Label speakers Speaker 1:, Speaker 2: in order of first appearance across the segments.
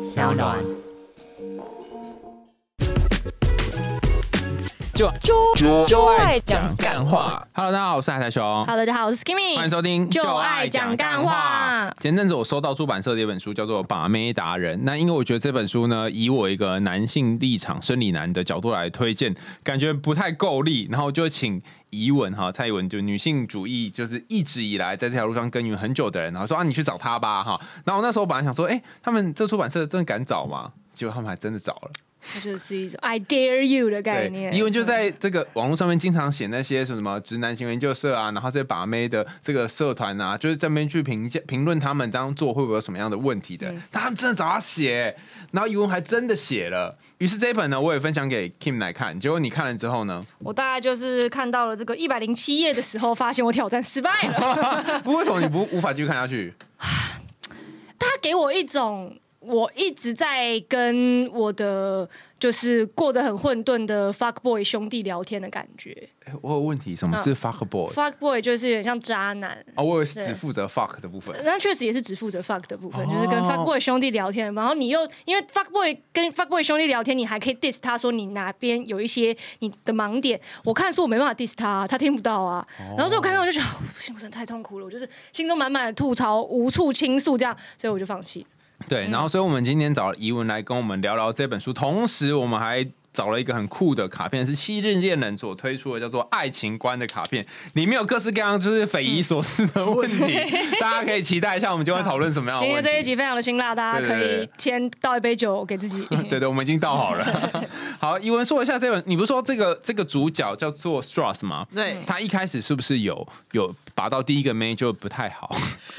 Speaker 1: 小暖。
Speaker 2: 就
Speaker 3: 就
Speaker 2: 就就爱
Speaker 3: 爱
Speaker 2: 讲
Speaker 3: 讲
Speaker 2: 干话。Hello，大家好，我是海苔熊。
Speaker 3: 哈喽，大家好，我是 Kimi，
Speaker 2: 欢迎收听
Speaker 3: 就爱讲干话
Speaker 2: 前阵子我收到出版社的一本书，叫做《把妹达人》。那因为我觉得这本书呢，以我一个男性立场、生理男的角度来推荐，感觉不太够力，然后就请。怡文哈，蔡怡文就女性主义，就是一直以来在这条路上耕耘很久的人，然后说啊，你去找他吧哈。然后我那时候本来想说，哎、他们这出版社真的敢找吗？结果他们还真的找了。
Speaker 3: 它就是一种 I dare you 的概念，嗯
Speaker 2: 因为就在这个网络上面经常写那些什么直男行为研究社啊，然后这些把妹的这个社团啊，就是这边去评价评论他们这样做会不会有什么样的问题的，
Speaker 3: 嗯
Speaker 2: 但他们真的找他写，然后语文还真的写了。于是这一本呢，我也分享给 Kim 来看，结果你看了之后 呢，
Speaker 3: 我大概就是看到了这个一百零七页的时候，发现我挑战失败 了。
Speaker 2: 不为什么你不无法继续看下去？
Speaker 3: 它给我一种我一直在跟我的就是过得很混沌的 fuck boy 兄弟聊天的感觉。
Speaker 2: 哎我有问题，什么
Speaker 3: 嗯
Speaker 2: 是 fuck boy？
Speaker 3: fuck boy 就是有点像渣男，
Speaker 2: 哦，我以为是只负责 fuck 的部分。
Speaker 3: 那确实也是只负责 fuck 的部分，
Speaker 2: 哦
Speaker 3: 就是跟 fuck boy 兄弟聊天，然后你又因为 fuck boy 跟 fuck boy 兄弟聊天，你还可以 diss 他说你哪边有一些你的盲点。我看书我没办法 diss 他、他听不到啊。然后所以我看到我就觉得，哦不行，我真的太痛苦了，我就是心中满满的吐槽，无处倾诉，这样，所以我就放弃。嗯
Speaker 2: 对，然后所以我们今天找了怡文来跟我们聊聊这本书，同时我们还。找了一个很酷的卡片，是七日恋人所推出的，叫做《爱情观》的卡片，里面有各式各样就是匪夷所思的问题， 大家可以期待一下，我们今天会讨论什么样的
Speaker 3: 嗯今
Speaker 2: 问题。
Speaker 3: 天这一集非常的辛辣，大家
Speaker 2: 对
Speaker 3: 可
Speaker 2: 对对
Speaker 3: 以先倒一杯酒给自 己。
Speaker 2: 对对，我们已经到好 了。好，怡文说一下这本，你不是说这个这个主角叫做 Strauss 吗？
Speaker 4: 对，
Speaker 3: 嗯
Speaker 2: 他一开始是不是有有拔到第一个妹就不太好？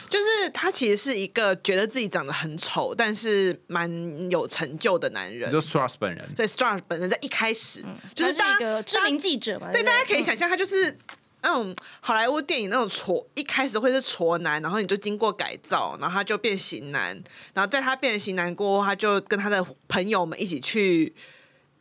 Speaker 4: 就是他其实是一个觉得自己长得很丑，但是蛮有成就的男人
Speaker 2: 你。说 Strauss 本人
Speaker 4: 对，Star 本身在一开始、
Speaker 3: 嗯他
Speaker 4: 就是
Speaker 3: 是
Speaker 4: 大
Speaker 3: 一
Speaker 4: 家
Speaker 3: 个知名记者嘛，
Speaker 4: 对，
Speaker 3: 不
Speaker 4: 大家可以想象，他就是那种好莱坞电影那种挫，一开始会是挫男，然后你就经过改造，然后他就变型男，然后在他变型男过后，他就跟他的朋友们一起去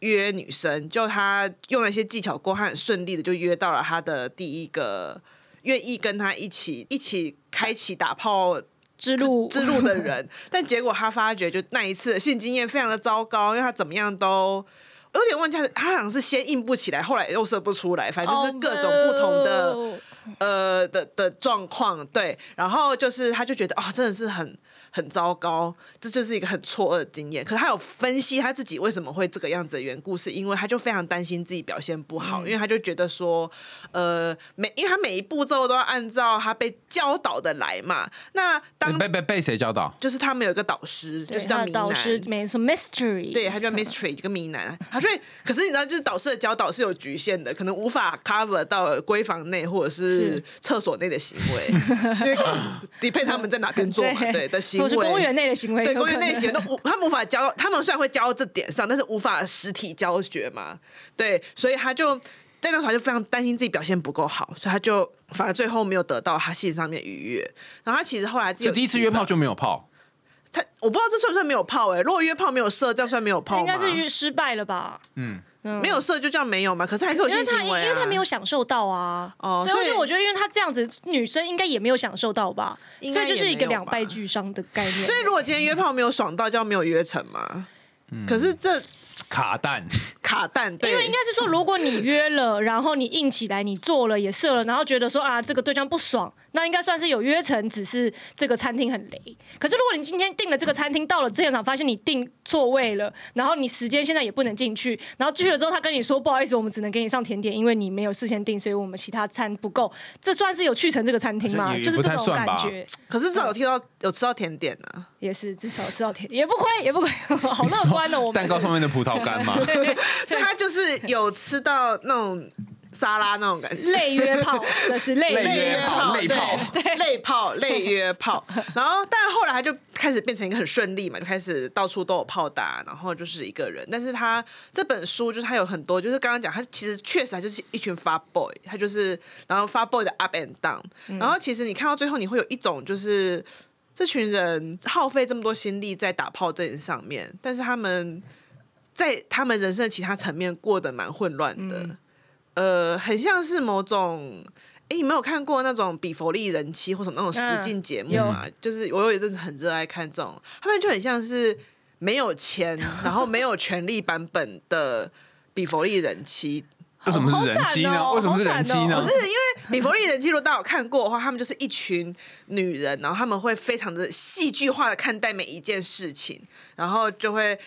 Speaker 4: 约女生，就他用了一些技巧过后，他很顺利的就约到了他的第一个愿意跟他一起一起开启打炮
Speaker 3: 之路
Speaker 4: 之路的人，但结果他发觉，就那一次的性经验非常的糟糕，因为他怎么样都。我有点忘记他，他好像是先硬不起来，后来又射不出来，反正就是各种不同的、
Speaker 3: 哦
Speaker 4: 呃的的状况，对。然后就是他就觉得哦，真的是很很糟糕，这就是一个很错愕的经验。可是他有分析他自己为什么会这个样子的缘故，是因为他就非常担心自己表现不好，因为他就觉得说，呃，每因为他每一步骤都要按照他被教导的来嘛。那当
Speaker 2: 被被被谁教导？
Speaker 4: 就是他们有一个导师，就
Speaker 3: 对
Speaker 4: 是
Speaker 3: 他
Speaker 4: 叫
Speaker 3: 的
Speaker 4: 米
Speaker 3: 导
Speaker 4: 南。
Speaker 3: 师没错，mystery，
Speaker 4: 对，他叫 mystery 一个迷男，他所以可是你知道，就是导师的教导是有局限的，可能无法 cover 到闺房内或者是
Speaker 3: 是
Speaker 4: 厕所内的行 为，因为 depend 他们在哪边做嘛，对的行
Speaker 3: 或
Speaker 4: 为，
Speaker 3: 是公园内的行为，
Speaker 4: 对
Speaker 3: 有可
Speaker 4: 公
Speaker 3: 能
Speaker 4: 园内行为都无，他们无法教，他们虽然会教到这点上，但是无法实体教学嘛，对，所以他就在那时候他就非常担心自己表现不够好，所以他就反而最后没有得到他性上面的愉悦，然后他其实后来自己
Speaker 2: 就
Speaker 4: 有
Speaker 2: 第一次
Speaker 4: 知
Speaker 2: 约
Speaker 4: 道
Speaker 2: 炮就没有炮，
Speaker 4: 他我不知道这算不算没有泡哎、欸，如果约炮没有射，这样算没有泡吗？
Speaker 3: 应该是失败了吧？嗯
Speaker 4: 没有射就叫没有嘛？可是还是有
Speaker 3: 因为
Speaker 4: 性
Speaker 3: 他
Speaker 4: 行
Speaker 3: 因
Speaker 4: 为、
Speaker 3: 为
Speaker 4: 啊、
Speaker 3: 他没有享受到啊，
Speaker 4: 哦
Speaker 3: 所以而且
Speaker 4: 所以
Speaker 3: 我觉得，因为他这样子，女生应该也没有享受到吧，
Speaker 4: 应
Speaker 3: 所
Speaker 4: 该
Speaker 3: 以
Speaker 4: 也
Speaker 3: 就是一
Speaker 4: 没
Speaker 3: 个
Speaker 4: 有
Speaker 3: 两
Speaker 4: 吧
Speaker 3: 败俱伤的概念。
Speaker 4: 所以如果今天约炮没有爽到，叫没有约成嘛？可是这
Speaker 2: 卡蛋。
Speaker 4: 卡蛋，对，
Speaker 3: 因为应该是说，如果你约了，然后你硬起来，你做了也射了，然后觉得说啊，这个对象不爽，那应该算是有约成，只是这个餐厅很雷。可是如果你今天订了这个餐厅，到了现场发现你订错位了，然后你时间现在也不能进去，然后去了之后他跟你说不好意思，我们只能给你上甜点，因为你没有事先订，所以我们其他餐不够。这算是有去成这个餐厅吗？
Speaker 2: 也也
Speaker 3: 就是
Speaker 2: 不
Speaker 3: 这
Speaker 2: 太
Speaker 3: 种
Speaker 2: 算
Speaker 3: 感
Speaker 2: 吧
Speaker 3: 觉，
Speaker 4: 可是至少有听到有吃到甜点呢、啊，
Speaker 3: 也是至少吃到甜，也不亏，也不亏，好乐观哦， 我
Speaker 2: 蛋
Speaker 3: 们。
Speaker 2: 糕 上面的葡萄干吗？
Speaker 4: 所以他就是有吃到那种沙拉那种感觉。
Speaker 3: 类约炮，这是类
Speaker 2: 类
Speaker 3: 约
Speaker 2: 约炮
Speaker 3: 炮，
Speaker 2: 类炮
Speaker 4: 对，类炮，类约炮。然后，但后来他就开始变成一个很顺利嘛，就开始到处都有炮打，然后就是一个人。但是他这本书就是他有很多，就是刚刚讲，他其实确实他就是一群发 boy，他就是然后发 boy 的 up and down。然后其实你看到最后，你会有一种就是这群人耗费这么多心力在打炮这件事上面，但是他们在他们人生的其他层面过得蛮混乱的。呃，很像是某种。哎，你没有看过那种比佛利人妻或什么那种实境节目吗？就是我有一阵子很热爱看这种，他们就很像是没有钱，然后没有权利版本的比佛利人妻。
Speaker 2: 为什么是人妻呢？
Speaker 3: 好
Speaker 2: 为什么是
Speaker 3: 好惨
Speaker 2: 人妻
Speaker 3: 哦
Speaker 2: 呢？
Speaker 3: 好
Speaker 4: 不是因为比佛利人，记录到我看过的话，他们就是一群女人，然后他们会非常的戏剧化的看待每一件事情，然后就会。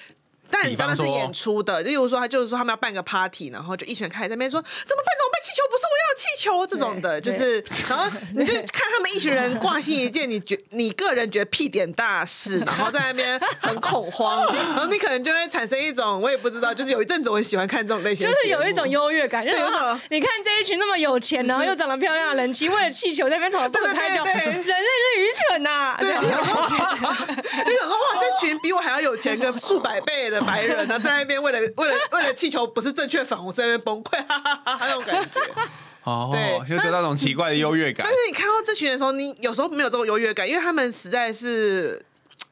Speaker 4: 但你知道那是
Speaker 2: 比方说
Speaker 4: 演出的，就例如说，他就是说他们要办个 party，然后就一群人开始在那边说怎么办？怎么办？气球不是我要的气球这种的，就
Speaker 1: 对
Speaker 4: 是然后你就看他们一群人挂心一件，你觉你个人觉得屁点大事，然后在那边很恐慌，然后你可能就会产生一种我也不知道，就是有一阵子我很喜欢看这种类型
Speaker 3: 就
Speaker 4: 的
Speaker 3: 是
Speaker 4: 节目，
Speaker 3: 有一种优越感，就是
Speaker 4: 有一种
Speaker 3: 啊你看这一群那么有钱，然后又长得漂亮的人妻，为了气球在那边吵，不
Speaker 4: 对
Speaker 3: 肯
Speaker 4: 对
Speaker 3: 拍
Speaker 4: 对
Speaker 3: 照，
Speaker 4: 对
Speaker 3: 人类是愚蠢呐！
Speaker 4: 对，啊你想说，你想说，哇，这群比我还要有钱个数百倍的白人呢，在那边为了为了为了气球不是正确反，我在那边崩溃，哈哈哈哈那种感觉。
Speaker 2: 哦，
Speaker 4: 对
Speaker 2: 就得到那种奇怪的优越感
Speaker 4: 但。是你看到这群人的时候，你有时候没有这种优越感，因为他们实在是。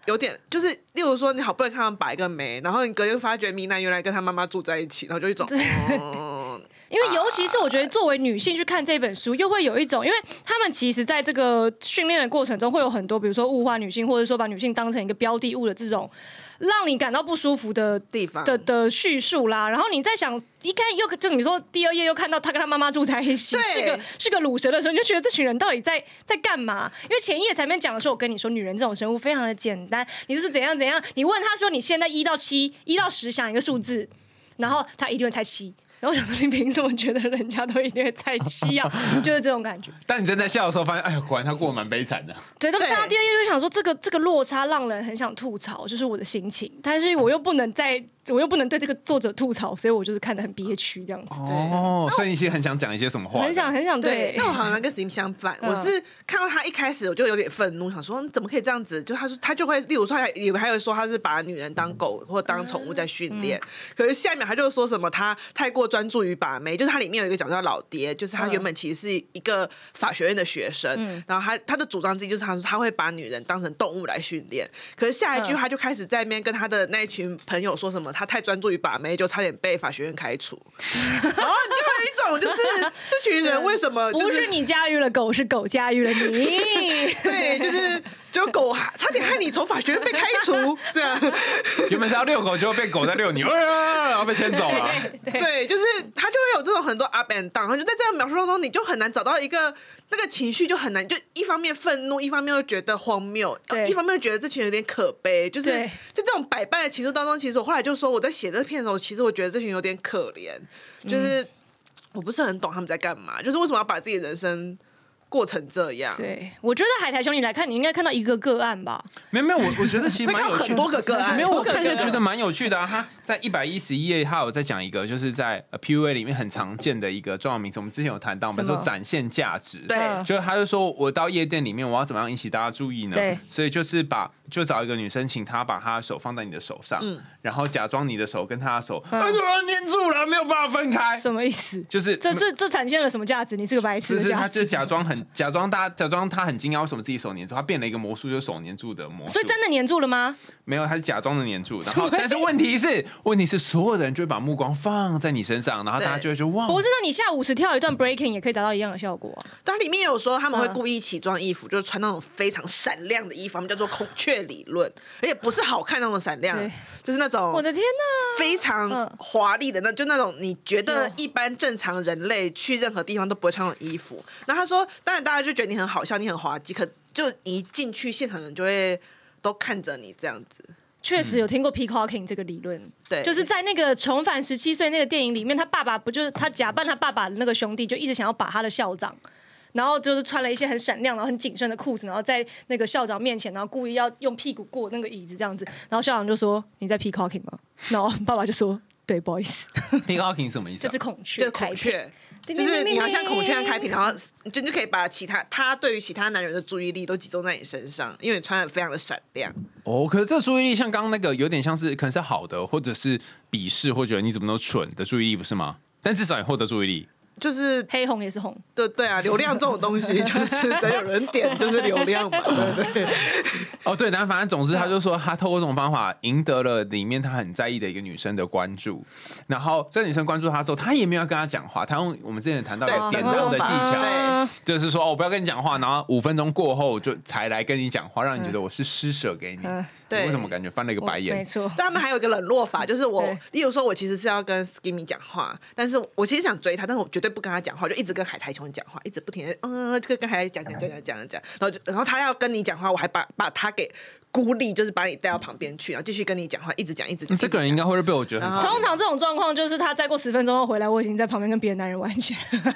Speaker 4: 有点就是，例如说，你好不容易看他们把一个眉，然后你隔天发觉米娜原来跟她妈妈住在一起，然后就一种，嗯，
Speaker 3: 因为尤其是我觉得作为女性去看这本书，又会有一种，因为他们其实在这个训练的过程中，会有很多，比如说物化女性，或者说把女性当成一个标的物的这种，让你感到不舒服的
Speaker 4: 地 方
Speaker 3: 的的叙述啦。然后你在想，一看又就你说第二页又看到他跟他妈妈住在一起，
Speaker 4: 对
Speaker 3: 是个是个乳蛇的时候，你就觉得这群人到底在在干嘛？因为前一页前面讲的时候，我跟你说，女人这种生物非常的简单，你就是怎样怎样，你问他说你现在一到七一到十想一个数字，然后他一定会猜七。然后我想说，你凭什么觉得人家都一定会猜七啊？就是这种感觉。
Speaker 2: 但你真在笑的时候，发现，哎呀，果然他过得蛮悲惨的。
Speaker 3: 对，但
Speaker 4: 对
Speaker 3: 看到第二页就想说，这个这个落差让人很想吐槽，就是我的心情。但是我又不能在，我又不能对这个作者吐槽，所以我就是看得很憋屈这样子，
Speaker 2: 哦，所以你其实很想讲一些什么话？
Speaker 3: 很想很想
Speaker 4: 对
Speaker 3: 对，
Speaker 4: 但我好像跟 Sim 相反，
Speaker 3: 嗯
Speaker 4: 我是看到他一开始我就有点愤怒，想说嗯你怎么可以这样子？就他说他就会，例如说他以为还会说他是把女人当狗或当宠物在训练，
Speaker 3: 嗯
Speaker 4: 可是下一秒他就说什么他太过专注于把妹，就是他里面有一个角色叫老爹，就是他原本其实是一个法学院的学生，
Speaker 3: 嗯
Speaker 4: 然后他他的主张之一就是他说他会把女人当成动物来训练，可是下一句
Speaker 3: 嗯
Speaker 4: 他就开始在那边跟他的那一群朋友说什么他太专注于把妹，就差点被法学院开除，然后哦你就有一种就是 这群人为什么
Speaker 2: 呃
Speaker 4: 就
Speaker 3: 不是你驾驭了狗，是狗驾驭 了你。
Speaker 4: 对，就是就狗啊，差点害你从法学院被开除，这样。
Speaker 2: 原本是要遛狗，结果被狗在遛你，啊然后被牵走 了。
Speaker 4: 对，就是他就会有这种很多 up and down，然后就在这样描述当中，你就很难找到一个那个情绪，就很难，就一方面愤怒，一方面又觉得荒谬，呃
Speaker 3: 对
Speaker 4: 一方面又觉得这群人有点可悲。就是
Speaker 3: 对
Speaker 4: 在这种百般的情绪当中，其实我后来就说，我在写这篇的时候，其实我觉得这群人有点可怜，就是、
Speaker 3: 嗯
Speaker 4: 我不是很懂他们在干嘛，就是为什么要把自己的人生过成这样。
Speaker 3: 对，我觉得海苔兄你来看，你应该看到一个个案吧？
Speaker 2: 没有没有，我我觉得其实
Speaker 4: 会
Speaker 2: 蛮
Speaker 4: 看到
Speaker 2: 有趣
Speaker 4: 很
Speaker 2: 的。
Speaker 4: 多个个案，
Speaker 2: 没有，我
Speaker 4: 多个
Speaker 2: 看一下
Speaker 4: 个案
Speaker 2: 觉得蛮有趣的啊。他在一百一十一页，他有在讲一个，就是在呃 PUA 里面很常见的一个重要名词，我们之前有谈到，我们
Speaker 3: 什么
Speaker 2: 说展现价值。
Speaker 4: 对
Speaker 3: 嗯
Speaker 2: 就是他就说我到夜店里面，我要怎么样引起大家注意呢
Speaker 3: 对？
Speaker 2: 所以就是把就找一个女生，请她把她的手放在你的手上，然后假装你的手跟她的手，哎，怎么粘住了，没有办法分开，
Speaker 3: 什么意思？
Speaker 2: 就是
Speaker 3: 这这这产生了什么价值？你是个白痴
Speaker 2: 就
Speaker 3: 的
Speaker 2: 是他
Speaker 3: 价
Speaker 2: 就
Speaker 3: 值。
Speaker 2: 假装很假装大家假装他很惊讶为什么自己手粘住，他变了一个魔术，就是手粘住的魔术。
Speaker 3: 所以真的黏住了吗？
Speaker 2: 没有，他是假装的 粘住，然后但是问题是，问题是所有的人就会把目光放在你身上，然后大家就会觉得哇，
Speaker 3: 不是，那你下五十跳一段 breaking 也可以达到一样的效果啊、
Speaker 2: 哦
Speaker 4: 它里面有说他们会
Speaker 3: 嗯
Speaker 4: 故意起装衣服，就是穿那种非常闪亮的衣服，他们叫做孔雀理论，而且不是好看那种闪亮
Speaker 3: 对，
Speaker 4: 就是那
Speaker 3: 我
Speaker 4: 种
Speaker 3: 的天哪！
Speaker 4: 非常
Speaker 3: 嗯
Speaker 4: 华丽的，那就那种你觉得
Speaker 3: 有
Speaker 4: 一般正常人类去任何地方都不会穿那种衣服。然后他说，当然大家就觉得你很好笑，你很滑稽，可就你一进去现场人就会都看着你这样子。
Speaker 3: 确实有听过 peacocking 这个理论，
Speaker 4: 对
Speaker 3: 就是在那个《重返十七岁》那个电影里面，他爸爸不就是他假扮他爸爸的那个兄弟，就一直想要把他的校长，然后就是穿了一些很闪亮、然后很紧身的裤子，然后在那个校长面前，然后故意要用屁股过那个椅子这样子，然后校长就说：“你在 peacocking 吗？”然后爸爸就说：“对，不好意思，
Speaker 2: p i n k o k i n g 什么意思、
Speaker 3: 就
Speaker 2: 啊？
Speaker 3: 是孔雀
Speaker 4: 就是
Speaker 3: 开
Speaker 4: 孔
Speaker 3: 屏，
Speaker 4: 雀，
Speaker 3: 叮
Speaker 4: 就
Speaker 3: 叮
Speaker 4: 是
Speaker 3: 叮
Speaker 4: 你要像
Speaker 3: 叮
Speaker 4: 孔雀一样
Speaker 3: 叮
Speaker 4: 开屏，然后就你就可以把其他他对于其他男人的注意力都集中在你身上，因为你穿的非常的闪亮。
Speaker 2: 哦，可是这个注意力像刚刚那个有点像是可能是好的，或者是鄙视或觉得你怎么都蠢的注意力，不是吗？但至少也获得注意力，
Speaker 4: 就是
Speaker 3: 黑红也是红，
Speaker 4: 对对啊，流量这种东西就是只要有人点就是流量嘛，对不对？
Speaker 2: 哦，对，然后反正总之，
Speaker 3: 啊
Speaker 2: 他就说他透过这种方法赢得了里面他很在意的一个女生的关注，然后这个女生关注他之后，他也没有跟他讲话，他用我们之前谈到
Speaker 4: 对
Speaker 3: 啊
Speaker 2: 的典当的技巧， 就
Speaker 4: 对
Speaker 2: 是说哦，我不要跟你讲话，然后五分钟过后就才来跟你讲话，让你觉得我是施舍给你。
Speaker 3: 嗯嗯
Speaker 2: 你
Speaker 4: 对
Speaker 2: 为什么感觉翻了一个白
Speaker 3: 哦没
Speaker 2: 眼？
Speaker 3: 错，
Speaker 4: 但他们还有一个冷落法，就是我
Speaker 3: 对，
Speaker 4: 例如说，我其实是要跟 Skimmy 讲话，但是我其实想追他，但是我绝对不跟他讲话，我就一直跟海苔熊讲话，一直不停的，嗯，这个跟海苔讲讲讲讲讲讲，然后就然后他要跟你讲话，我还把把他给孤立，就是把你带到旁边去，然后继续跟你讲话，一直讲一直讲。
Speaker 2: 这个人
Speaker 4: 一直
Speaker 2: 应该会被我觉得很讨
Speaker 3: 通常这种状况就是他再过十分钟后回来，我已经在旁边跟别的男人玩起来了。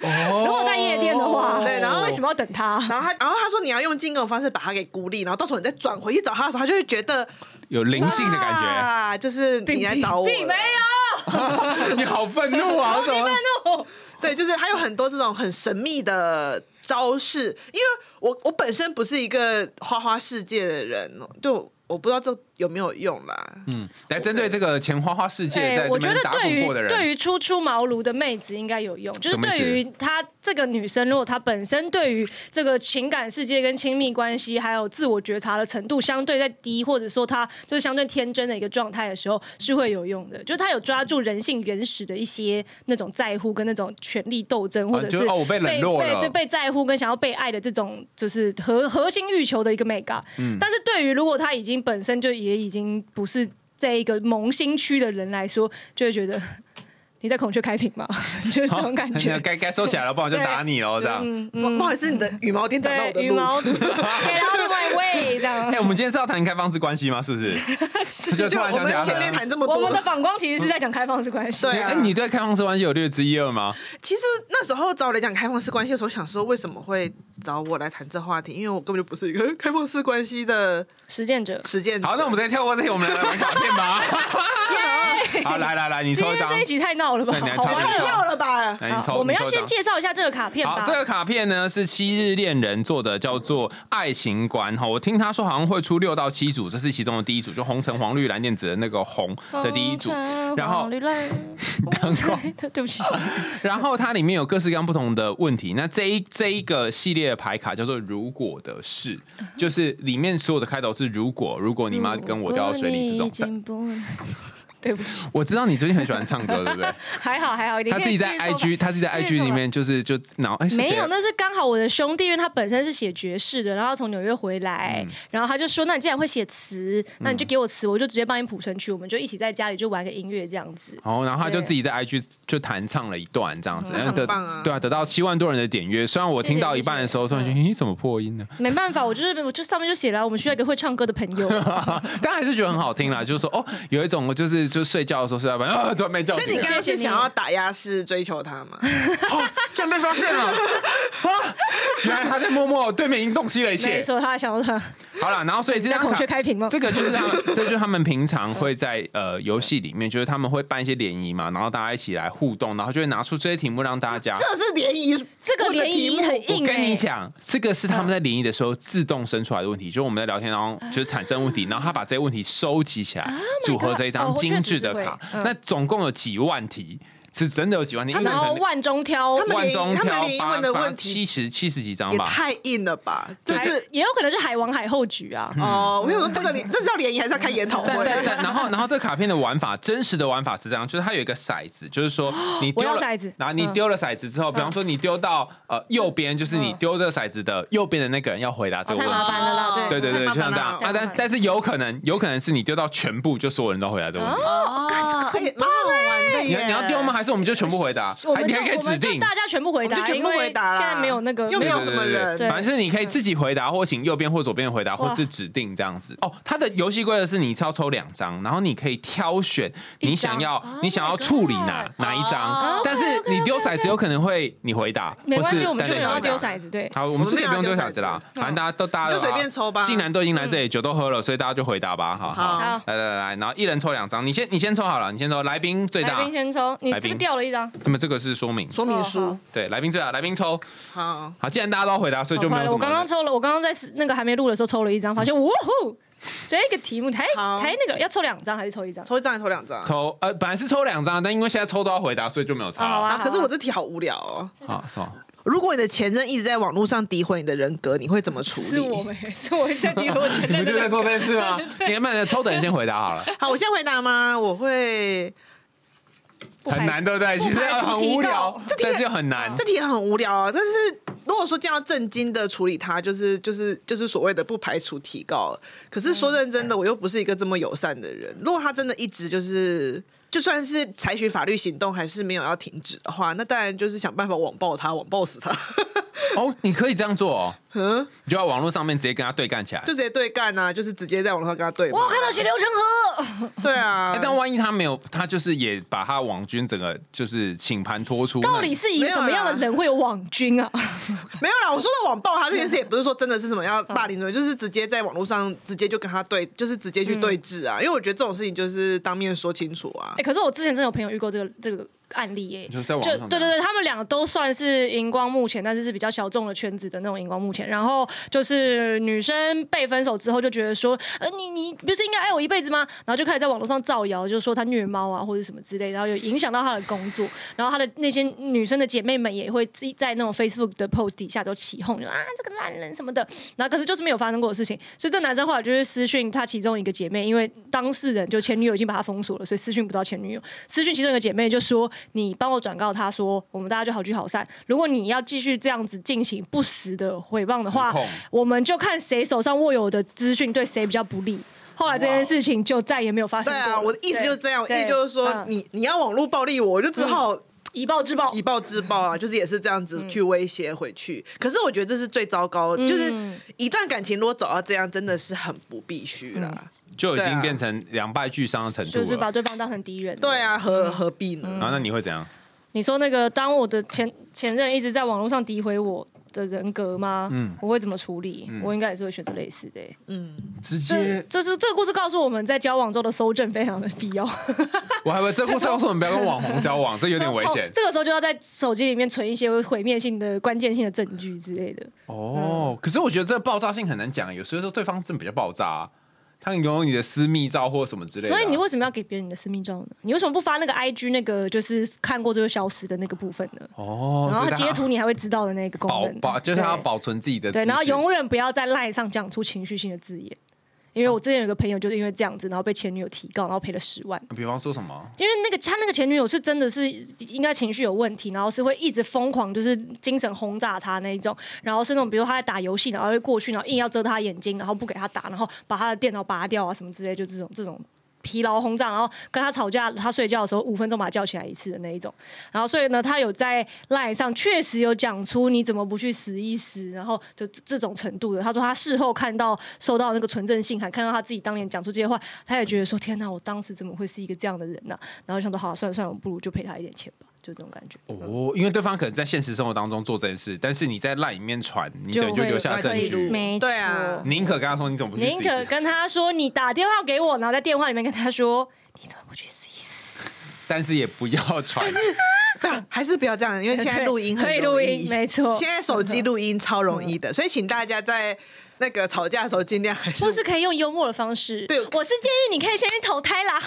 Speaker 2: 厌。
Speaker 3: 如果在夜店的话，
Speaker 4: 对然后
Speaker 3: 为什么要等 他？
Speaker 4: 讲然后他，然后他说你要用进攻方式把他给孤立，然后到时候你再转回去找他的时候，他就会觉得
Speaker 2: 有灵性的感
Speaker 4: 啊，就是你来找我了，
Speaker 3: 并没有，
Speaker 2: 觉，你好愤怒 啊！怎么？
Speaker 3: 愤怒。
Speaker 4: 对，就是还有很多这种很神秘的招式，因为我我本身不是一个花花世界的人，就我不知道这有没有用啦。
Speaker 2: 嗯，来针对这个钱花花世界
Speaker 3: 哎
Speaker 2: 在这
Speaker 3: 我觉
Speaker 2: 边
Speaker 3: 得
Speaker 2: 打
Speaker 3: 对
Speaker 2: 滚过的
Speaker 3: 于对
Speaker 2: 人，啊
Speaker 3: 于初出茅庐的妹子应该有用，就是
Speaker 2: 什么意
Speaker 3: 对
Speaker 2: 思
Speaker 3: 于她这个女生，如果她本身对于这个情感世界跟亲密关系还有自我觉察的程度相对在低，或者说她就是相对天真的一个状态的时候，是会有用的。就是她有抓住人性原始的一些那种在乎跟那种权力斗争，或者
Speaker 2: 就是是哦我被冷落了
Speaker 3: 被对被在乎跟想要被爱的这种就是核核心欲求的一个 mega。但
Speaker 2: 嗯
Speaker 3: 是对于如果他已经本身就也已经不是这一个萌新区的人来说，就会觉得你在孔雀开屏嘛， 就是这种 感觉。
Speaker 2: 啊该该收起来了，不然我就打你了，这样。
Speaker 3: 嗯
Speaker 4: 不不好意思，你的羽毛垫长到我的
Speaker 3: 对，羽
Speaker 4: 路，
Speaker 3: 毛 get out of my way 这样
Speaker 2: 哎、。我们今天是要谈开放式关系吗？是不 是？就突
Speaker 4: 就
Speaker 2: 然
Speaker 4: 我
Speaker 2: 想起来
Speaker 4: 们前面谈这么
Speaker 3: 我
Speaker 4: 多
Speaker 3: 们，的反光其实是在讲开放式关系。
Speaker 4: 对
Speaker 2: 哎、
Speaker 4: 啊
Speaker 2: 你对开放式关系有略知一二吗？
Speaker 4: 其实那时候找人讲开放式关系的时候，想说为什么会找我来谈这话题，因为我根本就不是一个开放式关系的
Speaker 3: 实践者。
Speaker 4: 实践 者。
Speaker 2: 好，那我们直接跳过这题，我们来玩卡片 吧。好，来来来，你
Speaker 3: 今
Speaker 2: 抽一
Speaker 3: 天
Speaker 2: 张
Speaker 3: 这。一集太闹了吧
Speaker 2: 对你来？
Speaker 3: 好
Speaker 2: 抽
Speaker 3: 玩
Speaker 2: 一
Speaker 4: 太
Speaker 2: 张
Speaker 4: 妙了吧？
Speaker 2: 来，你抽。
Speaker 3: 好我们
Speaker 2: 你
Speaker 3: 要
Speaker 2: 抽一张
Speaker 3: 先介绍一下这个卡片
Speaker 2: 好
Speaker 3: 吧，。
Speaker 2: 这个卡片呢是七日恋人做的，叫做《爱情观》哈。我听他说好像会出六到七组，这是其中的第一组，就红橙黄绿蓝靛紫的那个红的第一组。然后，
Speaker 3: 然后 对不起，
Speaker 2: 然后它里面有各式各样不同的问题。那这一这一个系列的牌卡叫做“如果的事”，
Speaker 3: 嗯
Speaker 2: 就是里面所有的开头是“如果”，如果你妈跟我掉到水里这种。但
Speaker 3: 种。 对不起，
Speaker 2: 我知道你最近很喜欢唱歌，对不对？
Speaker 3: 还好还好，你
Speaker 2: 他
Speaker 3: 可以
Speaker 2: 自己在
Speaker 3: 继续说吧
Speaker 2: IG，他自己在
Speaker 3: 继续
Speaker 2: IG
Speaker 3: 说吧
Speaker 2: 里面就是就脑哎是谁
Speaker 3: 没有，那是刚好我的兄弟，因为他本身是写爵士的，然后他从纽约回来，
Speaker 2: 嗯
Speaker 3: 然后他就说：“那你既然会写词，那你就给我词，我就直接帮你谱成曲，我们就一起在家里就玩个音乐这样子。
Speaker 2: 哦，然后他就
Speaker 3: 对
Speaker 2: 自己在 IG 就弹唱了一段这样子，然后
Speaker 4: 很
Speaker 2: 得
Speaker 4: 棒啊
Speaker 2: 对啊，得到七万多人的点阅。虽然我
Speaker 3: 谢谢嗯
Speaker 2: 听到一半的时候，突然觉得咦，怎么破音呢？”
Speaker 3: 没办法，我就是我就上面就写了，我们需要一个会唱歌的朋 友。
Speaker 2: 但还是觉得很好听啦，就是说哦，有一种就是就睡觉的时候睡到一半啊，突然被叫
Speaker 4: 所以
Speaker 2: 醒
Speaker 4: 你
Speaker 2: 了，
Speaker 4: 刚刚
Speaker 3: 谢
Speaker 4: 是
Speaker 3: 谢你
Speaker 4: 想要打压式追求他吗？
Speaker 2: 哦竟然被发现了，啊，原来他在默默对面已经洞悉了一
Speaker 3: 没
Speaker 2: 切。
Speaker 3: 错，他还想要他
Speaker 2: 好了，然后所以这
Speaker 3: 在
Speaker 2: 张
Speaker 3: 孔雀
Speaker 2: 卡
Speaker 3: 开屏吗？
Speaker 2: 这个就是他们，这就是他们平常会在呃游戏里面，就是他们会办一些联谊嘛，然后大家一起来互动，然后就会拿出这些题目让大家。
Speaker 4: 这是联谊，
Speaker 3: 这个联谊很硬、欸。
Speaker 2: 我跟你讲，这个是他们在联谊的时候自动生出来的问题，就是我们在聊天当中就是产生问题，然后他把这些问题收集起来，组合这一
Speaker 3: 哦
Speaker 2: 张
Speaker 3: 我确
Speaker 2: 精
Speaker 3: 实
Speaker 2: 致
Speaker 3: 是
Speaker 2: 的
Speaker 3: 会
Speaker 2: 卡。
Speaker 3: 嗯
Speaker 2: 那总共有几万题？是真的有几万题？
Speaker 4: 他
Speaker 2: 一
Speaker 4: 们
Speaker 2: 人
Speaker 3: 然
Speaker 2: 可
Speaker 3: 后
Speaker 2: 能
Speaker 3: 万中挑，
Speaker 4: 他们
Speaker 2: 万
Speaker 4: 连
Speaker 2: 中
Speaker 4: 他们
Speaker 2: 挑
Speaker 4: 连英
Speaker 2: 八
Speaker 4: 文的
Speaker 2: 八
Speaker 4: 问题
Speaker 2: 七十七十几张
Speaker 4: 也
Speaker 2: 吧。
Speaker 4: 太硬了吧？这
Speaker 3: 还
Speaker 4: 是
Speaker 3: 也有可能是海王海后局 啊。
Speaker 2: 嗯
Speaker 4: 哦，我想说这个联这是要联谊还是要开研讨会
Speaker 2: 对？对对，然后然后这个卡片的玩法，真实的玩法是这样，就是它有一个骰子，就是说你丢了
Speaker 3: 我要骰子
Speaker 2: 然后你
Speaker 3: 嗯
Speaker 2: 丢了骰子之后，比方说你丢到呃右边，就是你
Speaker 3: 嗯
Speaker 2: 丢这个骰子的右边的那个人要回答这个
Speaker 3: 哦太
Speaker 2: 问
Speaker 3: 麻
Speaker 2: 题
Speaker 3: 烦。了啦
Speaker 2: 对对对，
Speaker 4: 太麻
Speaker 2: 就像
Speaker 4: 烦
Speaker 2: 这
Speaker 4: 了
Speaker 2: 样
Speaker 3: 太
Speaker 2: 啊，
Speaker 3: 麻
Speaker 2: 但
Speaker 3: 烦
Speaker 2: 但是有可能，有可能是你丢到全部，就所有人都回答这个问题。
Speaker 4: 哦，这个也欸蛮好玩的
Speaker 2: 你要
Speaker 4: 耶！
Speaker 2: 你要丢吗？？还是我们就全部回答？
Speaker 3: 哦我
Speaker 2: 还
Speaker 3: 们
Speaker 2: 哎你
Speaker 3: 就
Speaker 2: 还可以
Speaker 3: 我
Speaker 2: 指
Speaker 3: 们就
Speaker 2: 定。
Speaker 3: 大家全部回
Speaker 4: 我
Speaker 3: 答，
Speaker 4: 们就全部回答啦
Speaker 3: 因为现在没有那个
Speaker 4: 又没有
Speaker 2: 对
Speaker 4: 什
Speaker 2: 对
Speaker 4: 么
Speaker 2: 对对
Speaker 4: 人
Speaker 2: 对
Speaker 3: 对
Speaker 2: 反正就是你可以自己回答，或请右边或左边回答，或是指定这样子。哦，它的游戏规则是你要抽两张，然后你可以挑选你想要
Speaker 3: 一张
Speaker 2: 你想要
Speaker 3: Oh my
Speaker 2: 处理哪
Speaker 3: God
Speaker 2: 哪一张
Speaker 4: 哦，
Speaker 2: 但是
Speaker 3: OK，OK，OK，OK
Speaker 2: 你丢骰子有可能会你回答，
Speaker 3: 没关
Speaker 2: 或
Speaker 3: 系，
Speaker 2: 是
Speaker 3: 我们就
Speaker 2: 大
Speaker 3: 没
Speaker 2: 家
Speaker 3: 有要
Speaker 2: 回答
Speaker 3: 丢骰子，对。
Speaker 2: 好，我们是可以不用丢骰子啦，
Speaker 3: 嗯
Speaker 2: 反正大家都大家都
Speaker 4: 就随便抽吧
Speaker 2: 既然都已经来这里，酒都喝了，所以大家就回答吧。好好，
Speaker 4: 好
Speaker 3: 好，
Speaker 2: 来来来，然后一人抽两张，你先你先抽好了，你先抽。来宾最
Speaker 3: 来
Speaker 2: 大
Speaker 3: 宾，先抽，你
Speaker 2: 来
Speaker 3: 这
Speaker 2: 宾
Speaker 3: 个掉了一张，
Speaker 2: 那么这个是说明，
Speaker 4: 说明书
Speaker 3: 哦
Speaker 2: 对，来宾最大，来宾抽。
Speaker 4: 好，
Speaker 2: 好，既然大家都要回答，所以就
Speaker 3: 好
Speaker 2: 没
Speaker 3: 快
Speaker 2: 有什
Speaker 3: 了
Speaker 2: 么。
Speaker 3: 我刚刚抽了，我刚刚在那个还没录的时候抽了一张，发现呜呼，所以一个题目，台
Speaker 4: 好
Speaker 3: 台那个要抽两张还是抽一张？
Speaker 4: 抽一张还是抽两张？
Speaker 2: 抽呃，本来是抽两张，但因为现在抽都要回答，所以就没有
Speaker 3: 好
Speaker 2: 差。
Speaker 3: 啊
Speaker 4: 啊！可是我这题好无聊哦。
Speaker 2: 好，是吗？
Speaker 4: 如果你的前任一直在网络上诋毁你的人格，你会怎么处
Speaker 3: 是我
Speaker 4: 理？
Speaker 3: 没，是我在诋毁我前
Speaker 2: 你们
Speaker 3: 任的
Speaker 2: 就在
Speaker 3: 人格。
Speaker 2: 做这件事 吗？你们抽等人先回答好了，
Speaker 4: 好，我先回答吗？我会，
Speaker 3: 不排
Speaker 2: 很难，对不对？
Speaker 3: 不
Speaker 2: 其实
Speaker 3: 排除
Speaker 2: 很
Speaker 3: 提
Speaker 2: 无
Speaker 3: 到
Speaker 2: 聊，但是又很难。
Speaker 4: 这题很无聊啊。但是如果说这样震惊的处理它，就是就是就是所谓的不排除提高。可是说认
Speaker 3: 嗯
Speaker 4: 真的，我又不是一个这么友善的人。如果他真的一直就是。就算是采取法律行动，还是没有要停止的话，那当然就是想办法网暴他，网暴死 他，
Speaker 2: 哦，你可以这样做哦，你就在网络上面直接跟他对干起来。
Speaker 4: 就直接对干啊，就是直接在网络上跟他对骂。
Speaker 3: 我有看到血流成河，
Speaker 4: 对啊，
Speaker 2: 哎但万一他没有，他就是也把他网军整个就是请盘托出，
Speaker 3: 到底是以什么样的人会有网军啊？
Speaker 4: 没有啦，我说的网暴他这件事也不是说真的是什么要霸
Speaker 3: 嗯
Speaker 4: 凌什么，就是直接在网络上直接就跟他对，就是直接去对峙啊。因为我觉得这种事情就是当面说清楚啊
Speaker 3: 哎、。可是我之前真的有朋友遇过这个这个案例耶、
Speaker 2: 就是在网
Speaker 3: 就
Speaker 2: 上啊
Speaker 3: 对对
Speaker 2: 这样
Speaker 3: 对，他们两个都算是荧光幕前，但是是比较小众的圈子的那种荧光幕前。然后就是女生被分手之后，就觉得说，呃，你你不是应该爱我一辈子吗？然后就开始在网络上造谣，就说她虐猫啊或者什么之类，然后有影响到她的工作。然后她的那些女生的姐妹们也会自己在那种 Facebook 的 post 底下都起哄，就啊这个烂人什么的。然后可是就是没有发生过的事情，所以这男生后来就是私讯他其中一个姐妹，因为当事人就前女友已经把他封锁了，所以私讯不到前女友。私讯其中一个姐妹就说：“你帮我转告她说，我们大家就好聚好散。如果你要继续这样子进行不实的诽谤的话
Speaker 2: 指控，
Speaker 3: 我们就看谁手上握有的资讯对谁比较不利。”后来这件事情就再也没有发生
Speaker 4: 对
Speaker 3: 过了。
Speaker 4: 啊，我的意思就是这样，我
Speaker 3: 对
Speaker 4: 意思就是说
Speaker 3: 嗯，
Speaker 4: 你你要网络暴力我，我就只好
Speaker 3: 以暴制暴
Speaker 4: 以。暴制暴啊，就是也是这样子
Speaker 3: 嗯
Speaker 4: 去威胁回去。可是我觉得这是最糟糕，就是一段感情如果走到这样，真的是很不必须
Speaker 3: 嗯
Speaker 4: 啦。
Speaker 2: 就已
Speaker 4: 对
Speaker 2: 经
Speaker 4: 啊
Speaker 2: 变成两败俱伤的程度
Speaker 3: 就是把
Speaker 2: 了。
Speaker 3: 对方当成敌人。
Speaker 4: 对，啊，何何必
Speaker 2: 然后
Speaker 3: 嗯
Speaker 4: 呢？
Speaker 2: 那你会怎样？
Speaker 3: 你说那个当我的前前任一直在网络上诋毁我的人格吗？
Speaker 2: 嗯
Speaker 3: 我会怎么处理？我应该也是会选择类似的、
Speaker 4: 嗯
Speaker 3: 欸。
Speaker 2: 直
Speaker 3: 这
Speaker 2: 接
Speaker 3: 就是这个故事告诉我们在交往中的搜证非常的必要，
Speaker 2: 我还会这故事告诉我们不要跟网红交往，这有点危险
Speaker 3: 这个时候就要在手机里面存一些毁灭性的、关键性的证据之类的。
Speaker 2: 哦。可是我觉得这爆炸性很难讲，有时候说对方真的比较爆炸啊，他拥有你的私密照或什么之类的啊。
Speaker 3: 所以你为什么要给别人你的私密照呢？你为什么不发那个 IG 那个就是看过就会消失的那个部分呢？
Speaker 2: 哦，
Speaker 3: 然后
Speaker 2: 是
Speaker 3: 他
Speaker 2: 他
Speaker 3: 截图你还会知道的那个功
Speaker 2: 保
Speaker 3: 能，
Speaker 2: 保就是他要
Speaker 3: 对
Speaker 2: 保存自己的
Speaker 3: 对，
Speaker 2: 资
Speaker 3: 然后
Speaker 2: 讯
Speaker 3: 永远不要在赖上讲出情绪性的字眼，
Speaker 2: 哦
Speaker 3: 因为我之前有个朋友就是因为这样子，然后被前女友提告，然后赔了十万。
Speaker 2: 比方说什么？
Speaker 3: 因为那个他那个前女友是真的是应该情绪有问题，然后是会一直疯狂就是精神轰炸他那一种，然后是那种比如他在打游戏，然后会过去，然后硬要遮他眼睛，然后不给他打，然后把他的电脑拔掉啊什么之类，就这种这种。疲劳轰炸，然后跟他吵架，他睡觉的时候五分钟把他叫起来一次的那一种。然后所以呢，他有在 line 上确实有讲出你怎么不去死一死，然后就这这种程度的。他说他事后看到收到那个存证信函，看到他自己当年讲出这些话，他也觉得说天哪，我当时怎么会是一个这样的人呢、然后想说，好了，算了算了，我不如就赔他一点钱吧，就这种感觉。
Speaker 2: 哦，因为对方可能在现实生活当中做这件事，但是你在赖里面传，你等于就
Speaker 3: 会
Speaker 2: 留
Speaker 3: 有
Speaker 2: 下证
Speaker 4: 记录
Speaker 2: 据。
Speaker 3: 没
Speaker 4: 对啊
Speaker 3: 错
Speaker 2: 宁可跟他说你怎么不去嗯试一
Speaker 3: 宁
Speaker 2: 试？
Speaker 3: 可跟他说你打电话给我，然后在电话里面跟他说你怎么不去死一死？
Speaker 2: 但是也不要 传。
Speaker 4: 对啊，还是不要这样，因为现 在录音很
Speaker 3: 可以
Speaker 4: 容
Speaker 3: 录
Speaker 4: 易
Speaker 3: 音，没错。嗯
Speaker 4: 现在手机录音超容易的，所以请大家在那个吵架的时候尽量还
Speaker 3: 或
Speaker 4: 是
Speaker 3: 是可以用幽默的方式，
Speaker 4: 对
Speaker 3: 我是建议你可以先去投胎啦，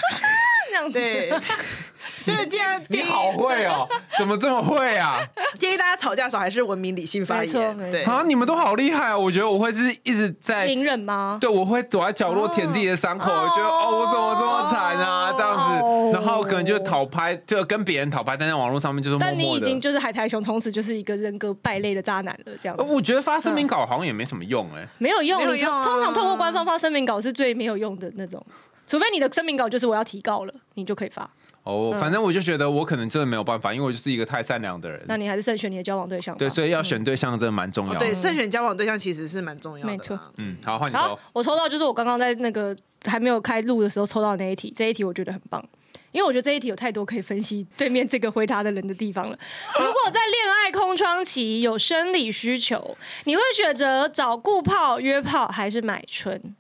Speaker 3: 这样子。
Speaker 4: 对，就是这样
Speaker 2: 你
Speaker 4: 建议
Speaker 2: 好会哦，怎么这么会 啊？
Speaker 4: 建议大家吵架的时候还是文明理性发
Speaker 3: 没错
Speaker 4: 言，
Speaker 3: 没
Speaker 4: 对
Speaker 3: 错。
Speaker 2: 啊，你们都好厉害哦！我觉得我会是一直在，
Speaker 3: 隐忍吗？
Speaker 2: 对我会躲在角落舔自己的伤口，我觉得哦，我怎么这么惨啊？这样
Speaker 3: 哦
Speaker 2: 子，然后可能就讨拍，就跟别人讨拍，但在网络上面就是默
Speaker 3: 但你
Speaker 2: 默
Speaker 3: 已经
Speaker 2: 的。
Speaker 3: 就是海苔熊，从此就是一个人格败类的渣男了，这样
Speaker 2: 呃
Speaker 3: 子
Speaker 2: 我觉得发
Speaker 3: 嗯
Speaker 2: 声明稿好像也没什么用哎。
Speaker 3: 没有用。
Speaker 4: 哦没有
Speaker 3: 你通
Speaker 4: 用啊
Speaker 3: 通常透过官方发声明稿是最没有用的那种，除非你的声明稿就是我要提告了，你就可以发。
Speaker 2: 哦，反正我就觉得我可能真的没有办法，因为我就是一个太善良的人。
Speaker 3: 嗯那你还是慎选你的交往对象吧。嗯
Speaker 2: 对，所以要选对象真的蛮重要
Speaker 4: 哦
Speaker 2: 的。
Speaker 4: 对，慎选交往对象其实是蛮重要的啦。啊
Speaker 3: 没错
Speaker 2: 嗯，好，换你
Speaker 3: 好
Speaker 2: 说。，
Speaker 3: 我抽到就是我刚刚在那个还没有开录的时候抽到的那一题，这一题我觉得很棒，因为我觉得这一题有太多可以分析对面这个回答的人的地方 了。如果在恋爱空窗期有生理需求，你会选择找顾炮、约炮还是买春？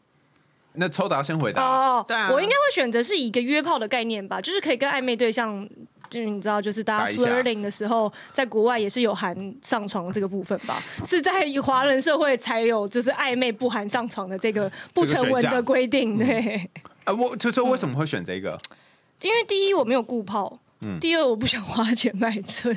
Speaker 2: 那抽答先回答。
Speaker 3: 哦，
Speaker 4: 对啊
Speaker 3: 我应该会选择是以一个约炮的概念吧，就是可以跟暧昧对象就是你知道，就是大
Speaker 2: 摆
Speaker 3: 家
Speaker 2: 一下
Speaker 3: flirting 的时候，在国外也是有含上床这个部分 吧？是在华人社会才有，就是暧昧不含上床的这个不成文
Speaker 2: 这个选
Speaker 3: 的
Speaker 2: 项
Speaker 3: 规定。对，
Speaker 2: 啊，我就说为
Speaker 3: 嗯
Speaker 2: 什么会选这个？
Speaker 3: 因为第一我没有顾炮，
Speaker 2: 嗯
Speaker 3: 第二我不想花钱买 春。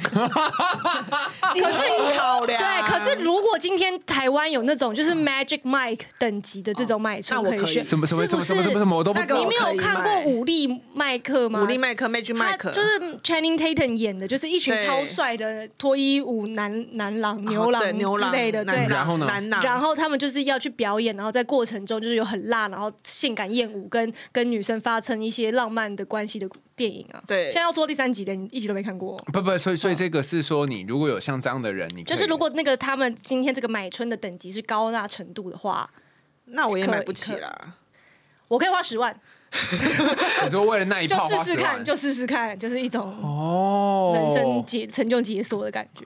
Speaker 4: 经济考量。
Speaker 3: 对，可是如果今天台湾有那种就是 Magic Mike 等级的这种买
Speaker 4: 哦那
Speaker 3: 春
Speaker 4: 我
Speaker 3: 可以
Speaker 4: 可以
Speaker 3: 选，
Speaker 2: 什么什么
Speaker 3: 是
Speaker 2: 什
Speaker 3: 不
Speaker 2: 么
Speaker 3: 是
Speaker 2: 什么什么什么我都不
Speaker 4: 那
Speaker 2: 知
Speaker 4: 个
Speaker 2: 道
Speaker 3: 你
Speaker 4: 我
Speaker 3: 没
Speaker 4: 可以
Speaker 3: 有看
Speaker 4: 买
Speaker 3: 过武力麦克吗？
Speaker 4: 武力麦克 Magic
Speaker 3: 他
Speaker 4: 麦克
Speaker 3: 就是 Channing Tatum 演的，就是一群
Speaker 4: 对
Speaker 3: 超帅的脱衣舞男男郎、
Speaker 4: 哦
Speaker 3: 牛郎
Speaker 4: 对牛郎
Speaker 3: 之类的，
Speaker 4: 男
Speaker 3: 对
Speaker 4: 郎。
Speaker 2: 然后呢
Speaker 4: 男郎
Speaker 3: 然后他们就是要去表演，然后在过程中就是有很辣，然后性感艳舞，跟跟女生发生一些浪漫的关系的电影啊。
Speaker 4: 对
Speaker 3: 现在要做第三集了，你一集都没看过哦。
Speaker 2: 不不，所以所以这个是说，你如果有像这样的人，你可
Speaker 3: 就
Speaker 2: 以
Speaker 3: 是如果那个他们今天这个买春的等级是高那程度的话，
Speaker 4: 那我也
Speaker 3: 可
Speaker 4: 买
Speaker 3: 以
Speaker 4: 不起
Speaker 3: 可
Speaker 4: 啦。
Speaker 3: 我可以花十万，
Speaker 2: 你说为了那一
Speaker 3: 就
Speaker 2: 炮
Speaker 3: 试
Speaker 2: 花
Speaker 3: 试
Speaker 2: 十
Speaker 3: 看，
Speaker 2: 万，
Speaker 3: 就试试看，就是一种
Speaker 2: 哦，
Speaker 3: 人生解成就解锁的感觉。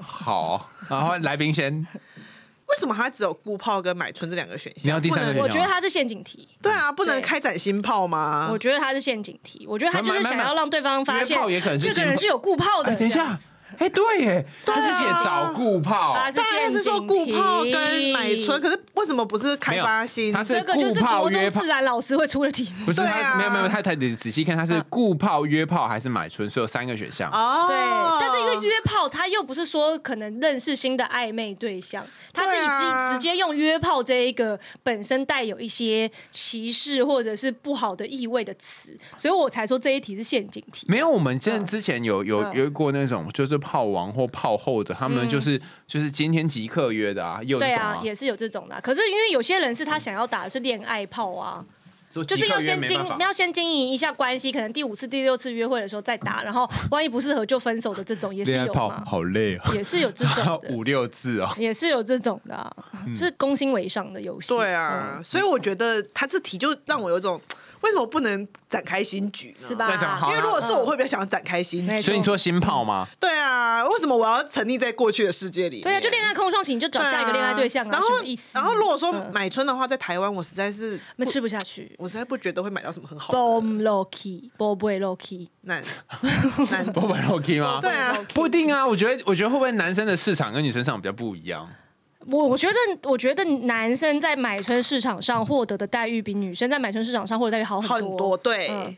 Speaker 2: 好，然后来宾先，
Speaker 4: 为什么他只有顾炮跟买春这两个选项？
Speaker 2: 你要第三个
Speaker 4: 不能
Speaker 2: 选
Speaker 3: 我
Speaker 2: 项
Speaker 3: 觉得它是陷阱题。
Speaker 4: 对啊，不能
Speaker 3: 对
Speaker 4: 开展新炮吗
Speaker 2: 啊
Speaker 3: 我？觉得他是陷阱题，我觉得他就是想要让对方发现
Speaker 2: 约炮也可能是
Speaker 3: 这
Speaker 2: 新
Speaker 3: 个人是有固炮的。
Speaker 2: 哎，等一下，哎，对耶，他是写找顾炮，
Speaker 3: 这样子，
Speaker 4: 当然是说顾炮跟买春，可
Speaker 3: 是
Speaker 4: 是为什么不是开发新？
Speaker 2: 他是
Speaker 3: 这个就是
Speaker 2: 顾炮
Speaker 3: 国
Speaker 2: 约
Speaker 3: 中
Speaker 2: 炮
Speaker 3: 自。然老师会出的题目。
Speaker 2: 不是
Speaker 4: 对
Speaker 2: 他
Speaker 4: 啊
Speaker 2: 没有没有，他他得仔细看，他是顾炮、约炮还是买春，所以有三个选项。
Speaker 4: 哦，
Speaker 3: 对，但是因为约炮，他又不是说可能认识新的暧昧对象，他是
Speaker 4: 对啊
Speaker 3: 以及直接用约炮这一个本身带有一些歧视或者是不好的意味的词，所以我才说这一题是陷阱题。
Speaker 2: 没有，啊我们之之前有有
Speaker 3: 嗯
Speaker 2: 约过那种就是炮王或炮后的，他们就是就是今天即刻约的啊，又是
Speaker 3: 对
Speaker 2: 什么
Speaker 3: 啊
Speaker 2: 啊，
Speaker 3: 也是有这种的啊。可是因为有些人是他想要打的是恋爱炮啊，
Speaker 2: 说
Speaker 3: 就
Speaker 2: 即
Speaker 3: 是
Speaker 2: 刻
Speaker 3: 要
Speaker 2: 约
Speaker 3: 先
Speaker 2: 没
Speaker 3: 经
Speaker 2: 办法
Speaker 3: 要先经营一下关系，可能第五次、第六次约会的时候再打，然后万一不适合就分手的这种也是
Speaker 2: 恋爱
Speaker 3: 有
Speaker 2: 炮
Speaker 3: 嘛，
Speaker 2: 好累哦，
Speaker 3: 也是有这种 的，
Speaker 2: 五六字哦。
Speaker 3: 也是有这种的啊、
Speaker 2: 嗯
Speaker 3: 是攻心为上的游戏。嗯
Speaker 4: 对啊，所以我觉得他这题就让我有一种为什么不能展开新局呢？
Speaker 3: 嗯，是吧？啊嗯
Speaker 2: 那讲好
Speaker 4: 因为
Speaker 2: 那
Speaker 4: 如果是我会比较想要展开新
Speaker 3: 没
Speaker 4: 局。
Speaker 3: 错
Speaker 2: 所以你说新炮吗？
Speaker 4: 对啊，为什么我要沉溺在过去的世界里面？
Speaker 3: 对啊，就恋爱空窗期，你就找
Speaker 4: 对啊
Speaker 3: 下一个恋爱对象啊，
Speaker 4: 然后
Speaker 3: 什么意思？
Speaker 4: 然后如果说
Speaker 3: 嗯
Speaker 4: 买春的话，在台湾我实在是
Speaker 3: 那吃不下去
Speaker 4: 我实在不觉得会买到什么很好的
Speaker 3: ，boom low key，波不 low key，
Speaker 4: 男男
Speaker 2: 不本 OK 吗？
Speaker 4: 对啊
Speaker 3: Bob Loki
Speaker 2: 不一定啊，我觉得我觉得会不会男生的市场跟女生市场比较不一样？
Speaker 3: 我我觉得，我觉得男生在买春市场上获得的待遇比女生在买春市场上获得的待遇好
Speaker 4: 好很多，对。
Speaker 3: 嗯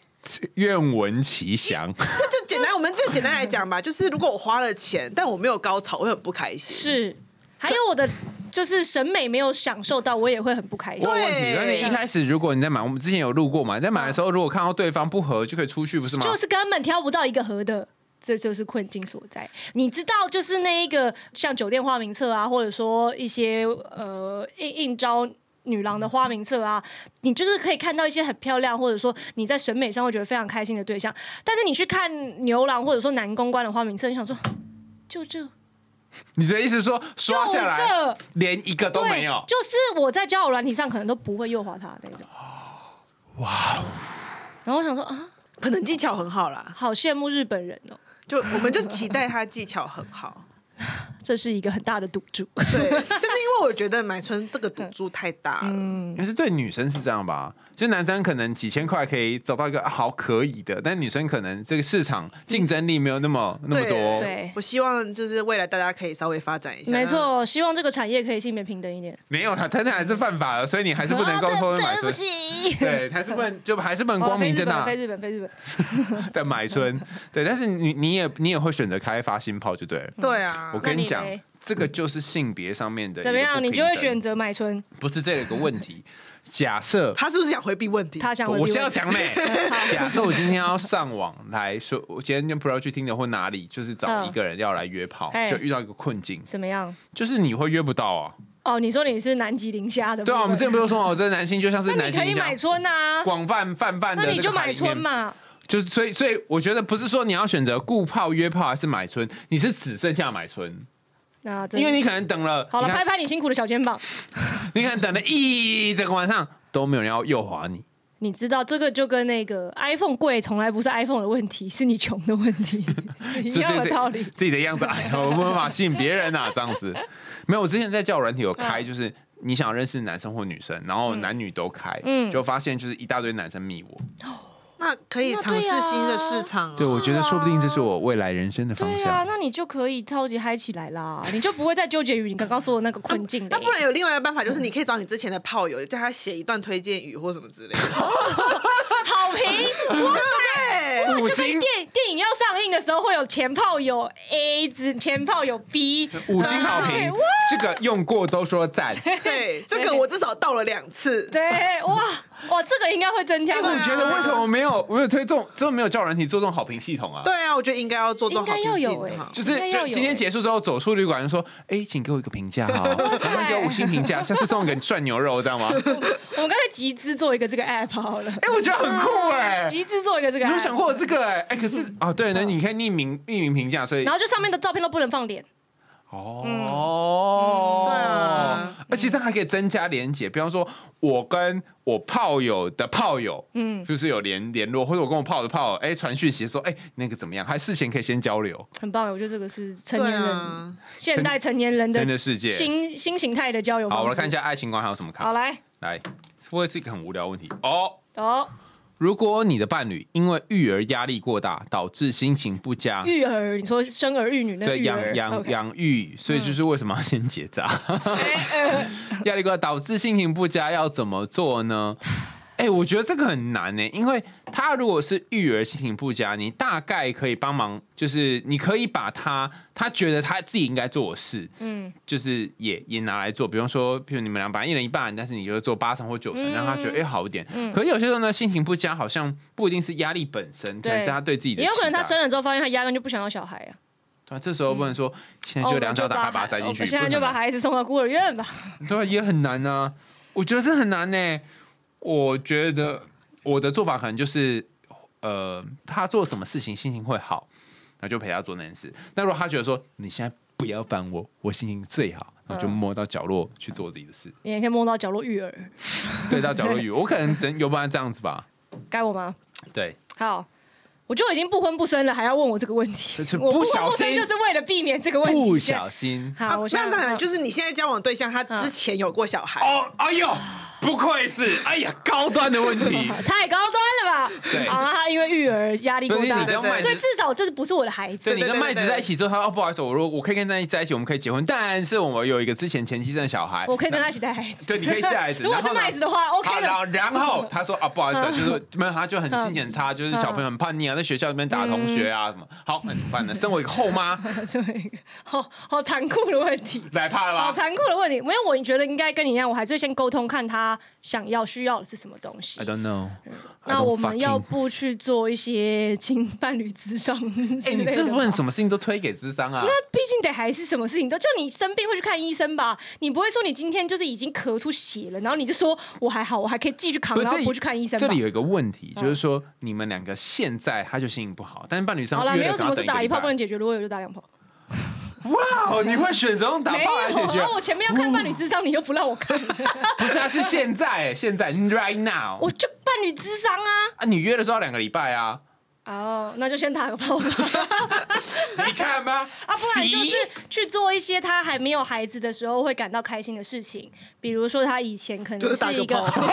Speaker 2: 愿闻其详。
Speaker 4: 这就简单，我们这简单来讲吧，就是如果我花了钱，但我没有高潮，我会很不开心。
Speaker 3: 是，还有我的就是审美没有享受到，我也会很不开心。
Speaker 2: 我有问题，
Speaker 4: 对
Speaker 2: 那你一开始如果你在买，我们之前有录过嘛？你在买的时候，如果看到对方不合，就可以出去，不是吗？
Speaker 3: 就是根本挑不到一个合的。这就是困境所在。你知道，就是那一个像酒店花名册啊，或者说一些呃应应招女郎的花名册啊，你就是可以看到一些很漂亮，或者说你在审美上会觉得非常开心的对象。但是你去看牛郎或者说男公关的花名册，你想说就这
Speaker 2: 你的意思是说
Speaker 3: 就
Speaker 2: 刷下来
Speaker 3: 这
Speaker 2: 连一个都
Speaker 3: 对，
Speaker 2: 没有？
Speaker 3: 就是我在交友软体上可能都不会诱惑他的那种。哇！
Speaker 2: 哦
Speaker 3: 然后我想说啊，
Speaker 4: 可能技巧很好啦，
Speaker 3: 好羡慕日本人哦，
Speaker 4: 就我们就期待他技巧很 好。
Speaker 3: 这是一个很大的赌注。
Speaker 2: 啊
Speaker 4: 对，就是因为我觉得买春这个赌注太大了，
Speaker 3: 嗯
Speaker 2: 但是对女生是这样吧？就男生可能几千块可以找到一个啊好可以的，但女生可能这个市场竞争力没有那么那么
Speaker 4: 对
Speaker 2: 多。
Speaker 3: 对
Speaker 4: 我希望就是未来大家可以稍微发展一下。
Speaker 3: 没，错，希望这个产业可以性别平等一点。
Speaker 2: 没有啦，他那还是犯法的，所以你还是不能够
Speaker 3: 啊
Speaker 2: 偷偷买
Speaker 3: 对对不
Speaker 2: 春。
Speaker 3: 起。
Speaker 2: 对，还是不能就还是不能
Speaker 3: 好
Speaker 2: 光明
Speaker 3: 非日
Speaker 2: 正
Speaker 3: 本
Speaker 2: 大
Speaker 3: 非日本，非日本。
Speaker 2: 的买春。对，但是你你也你也会选择开发新炮就对了。
Speaker 4: 对啊
Speaker 2: 我，跟你讲
Speaker 3: 那你嘞，
Speaker 2: 这个就是性别上面的一个
Speaker 3: 怎么样？
Speaker 2: 不
Speaker 3: 你
Speaker 2: 平
Speaker 3: 就会
Speaker 2: 等
Speaker 3: 选择买春？
Speaker 2: 不是这个问题。假设
Speaker 4: 他是不是想回避问题？
Speaker 3: 他想回避
Speaker 2: 我
Speaker 3: 问题
Speaker 2: 先要讲呢，假设我今天要上网来说，我今天就不要去听的或哪里，就是找
Speaker 3: 嗯
Speaker 2: 一个人要来约炮，
Speaker 3: 嘿
Speaker 2: 就遇到一个困境，
Speaker 3: 怎么样？
Speaker 2: 就是你会约不到啊。
Speaker 3: 哦，你说你是南极零 下的部分？
Speaker 2: 对啊，我们之前不是说哦，这男性就像是
Speaker 3: 那
Speaker 2: 男
Speaker 3: 你可
Speaker 2: 性
Speaker 3: 以
Speaker 2: 一样
Speaker 3: 买。春啊，
Speaker 2: 广泛泛泛的
Speaker 3: 那你
Speaker 2: 这
Speaker 3: 就
Speaker 2: 个牌
Speaker 3: 买
Speaker 2: 里
Speaker 3: 春
Speaker 2: 面，
Speaker 3: 嘛。
Speaker 2: 就是所以所以我觉得不是说你要选择顾炮约炮还是买春，你是只剩下买春，
Speaker 3: 那真
Speaker 2: 因为你可能等了，
Speaker 3: 好了，
Speaker 2: 你看
Speaker 3: 拍拍你辛苦的小肩膀。
Speaker 2: 你可能等了一整个晚上都没有人要右滑你，
Speaker 3: 你知道这个就跟那个 iPhone 贵从来不是 iPhone 的问题，是你穷的问题，是一
Speaker 2: 是
Speaker 3: 样的道理。
Speaker 2: 自己的样子，哎 呀，我没办法吸引别人啊，这样子。没有，我之前在交友软体有开，就是你嗯想认识男生或女生，然后男女都开，就发现就是一大堆男生密我，
Speaker 4: 那可以
Speaker 3: 那对
Speaker 4: 尝试新的
Speaker 3: 啊
Speaker 4: 市场啊。
Speaker 2: 对，我觉得说不定这是我未来人生的方
Speaker 3: 对啊，
Speaker 2: 向。
Speaker 3: 那你就可以超级嗨起来啦，你就不会再纠结于你刚刚说的那个困境
Speaker 2: 啊
Speaker 3: 了
Speaker 4: 那。不然有另外一个办法，就是你可以找你之前的炮友，叫他写一段推荐语或什么之类的，
Speaker 3: 好评，哇
Speaker 4: 对不对？
Speaker 2: 啊五
Speaker 3: 就跟
Speaker 2: 星
Speaker 3: 电电影要上映的时候会有前炮友 A 之前炮友 B，
Speaker 2: 五星好
Speaker 3: 对
Speaker 2: 评，这个用过都说赞。
Speaker 4: 对，这个我至少到了两次。
Speaker 3: 对，哇哇，这个应该会增加。
Speaker 4: 这个
Speaker 2: 我觉得为什么没有没有推这种，这种没有叫软体做这种好评系统啊？
Speaker 4: 对啊，我觉得应该要做这种好
Speaker 3: 应该要
Speaker 4: 评
Speaker 3: 有
Speaker 4: 性
Speaker 3: 欸
Speaker 4: 的哈。
Speaker 2: 就是
Speaker 3: 应该要
Speaker 2: 就
Speaker 3: 有
Speaker 2: 今天
Speaker 3: 欸
Speaker 2: 结束之后，走出旅馆说：“哎，请给我一个评价哈，能 不能给我五星评价？下次送一个涮牛肉，知道吗
Speaker 3: 我们刚才集资做一个这个 app 好了？”，
Speaker 2: 哎，我觉得很酷哎，
Speaker 3: 集资做一个这个
Speaker 2: 你
Speaker 3: app，
Speaker 2: 有想过我这个哎哎？可 是哦，对，那你可以匿名匿名评价，所以
Speaker 3: 然后就嗯上面的照片都不能放脸，嗯
Speaker 2: 哦，
Speaker 4: 对啊，
Speaker 2: 而且这样还可以增加连结，比方说我跟我炮友的炮友，嗯，就是有联联络，或者我跟我炮友的炮友，哎，传讯息说，哎，那个怎么样？还事前可以先交流，
Speaker 3: 很棒。我觉得这个是成
Speaker 4: 对
Speaker 3: 年人、
Speaker 4: 啊，
Speaker 3: 现代成年人的
Speaker 2: 真的世界
Speaker 3: 新新形态的交友方
Speaker 2: 好，
Speaker 3: 式。
Speaker 2: 我来看一，下爱情观还有什么
Speaker 3: 好
Speaker 2: 看，
Speaker 3: 来，
Speaker 2: 来，我也是一个很无聊的问题哦。
Speaker 3: 哦，
Speaker 2: 如果你的伴侣因为育儿压力过大，导致心情不佳。
Speaker 3: 育儿，你说生儿育女那个
Speaker 2: 对
Speaker 3: 育
Speaker 2: 养
Speaker 3: 儿，
Speaker 2: 养
Speaker 3: OK 嗯
Speaker 2: 养育，所以就是为什么要先结扎？
Speaker 3: 哎 呃
Speaker 2: 压力过大导致心情不佳，要怎么做呢？哎、我觉得这个很难呢、因为他如果是育儿心情不佳，你大概可以帮忙，就是你可以把他他觉得他自己应该做的事，
Speaker 3: 嗯，
Speaker 2: 就是也也拿来做，比方说，譬如你们俩本来一人一半，但是你就做八成或九成，
Speaker 3: 嗯
Speaker 2: 让他觉得哎、好一点。
Speaker 3: 嗯
Speaker 2: 可是有些时候呢，心情不佳，好像不一定是压力本身，可
Speaker 3: 对
Speaker 2: 能是他对自己的
Speaker 3: 也
Speaker 2: 期待。
Speaker 3: 有可能他生了之后发现他压根就不想要小孩啊，
Speaker 2: 对啊、这时候不能说、现在
Speaker 3: 哦
Speaker 2: 就
Speaker 3: 我
Speaker 2: 两
Speaker 3: 们
Speaker 2: 脚打开
Speaker 3: 把
Speaker 2: 把它塞
Speaker 3: 孩
Speaker 2: 进去，
Speaker 3: 我现在
Speaker 2: 不
Speaker 3: 就
Speaker 2: 可能
Speaker 3: 把孩子送到孤儿院吧。
Speaker 2: 对啊，也很难啊。我觉得是很难呢、我觉得我的做法可能就是，呃，他做什么事情心情会好，那就陪他做那件事。那如果他觉得说你现在不要烦我，我心情最好，那
Speaker 3: 嗯
Speaker 2: 就摸到角落去做自己的事，
Speaker 3: 你也可以摸到角落育儿，
Speaker 2: 对到角 落语。我可能真有办法这样子吧。
Speaker 3: 该我吗？
Speaker 2: 对，
Speaker 3: 好。我就已经不婚不生了，还要问我这个问
Speaker 2: 这
Speaker 3: 题？
Speaker 2: 是
Speaker 3: 我不
Speaker 2: 不
Speaker 3: 婚
Speaker 2: 小
Speaker 3: 不生
Speaker 2: 心
Speaker 3: 就是为了避免这个问题。
Speaker 2: 不小心
Speaker 3: 好，嗯
Speaker 4: 啊
Speaker 3: 我
Speaker 4: 那
Speaker 3: 现
Speaker 4: 当
Speaker 3: 在
Speaker 4: 然就是你现在交往对象，他之前有过小孩，
Speaker 2: 哦，哎呦，不愧是，哎呀，高端的问题。
Speaker 3: 太高端了吧？
Speaker 2: 对
Speaker 3: 好啊，他因为育儿压力过
Speaker 2: 不是
Speaker 3: 大
Speaker 2: 你
Speaker 4: 跟，麦
Speaker 3: 所以至少这是不是我的孩子
Speaker 2: 对，？你跟麦子在一起之后，他哦，不好意思，我说我可以跟在在一起，我们可以结婚，但是我们有一个之前前妻生的小孩，
Speaker 3: 嗯我可以跟他一起带孩子。
Speaker 2: 对，你可以下孩子。
Speaker 3: 如果是
Speaker 2: 然后呢
Speaker 3: 麦子的话
Speaker 2: 好，
Speaker 3: ，OK
Speaker 2: 然 后
Speaker 3: 的。
Speaker 2: 然后他说啊，不好意思，
Speaker 3: 嗯
Speaker 2: 就是没有，他就很心情很差，就是小朋友很叛逆啊，在学校里面打同学啊什么。好，那怎么办
Speaker 3: 嗯
Speaker 2: 呢？身为一个后妈，
Speaker 3: 这么一个好好残酷的问题，
Speaker 2: 来怕
Speaker 3: 好
Speaker 2: 了吧？
Speaker 3: 残酷的问题。没有，我觉得应该跟你一样，我还是会先沟通，看他想要需要的是什么东西。
Speaker 2: don't know。
Speaker 3: 那我们要不去做一些情伴侣智商之
Speaker 2: 哎，你
Speaker 3: 类
Speaker 2: 这
Speaker 3: 的
Speaker 2: 部
Speaker 3: 吗？
Speaker 2: 分什么事情都推给智商啊？
Speaker 3: 毕竟得还是什么事情都，就你生病会去看医生吧，你不会说你今天就是已经咳出血了，然后你就说我还好，我还可以继续扛，
Speaker 2: 是
Speaker 3: 然后
Speaker 2: 这里
Speaker 3: 不去看医生吧。嗯
Speaker 2: 这里有一个问题，就是说你们两个现在他就心情不好，但是伴侣上
Speaker 3: 好啦，
Speaker 2: 约
Speaker 3: 没
Speaker 2: 了
Speaker 3: 有
Speaker 2: 可
Speaker 3: 什
Speaker 2: 能
Speaker 3: 么
Speaker 2: 要
Speaker 3: 是
Speaker 2: 等个
Speaker 3: 打
Speaker 2: 礼
Speaker 3: 一炮
Speaker 2: 拜
Speaker 3: 不能解决，如果有就打两炮。
Speaker 2: 哇，你会选择用打
Speaker 3: 没
Speaker 2: 炮来解
Speaker 3: 有
Speaker 2: 决
Speaker 3: 啊，？我前面要看伴侣智商，你又不让我看，
Speaker 2: 不是啊，是现在，现在 right now
Speaker 3: 我就伴侣智商啊。
Speaker 2: 啊，你约的时候要两个礼拜啊，
Speaker 3: 哦，那就先打个炮吧，
Speaker 2: 你看吧，
Speaker 3: 啊，不然就是
Speaker 2: See？
Speaker 3: 去做一些他还没有孩子的时候会感到开心的事情，比如说他以前可
Speaker 4: 就
Speaker 3: 能
Speaker 4: 是打
Speaker 3: 是
Speaker 4: 个
Speaker 3: 一个
Speaker 4: 炮。。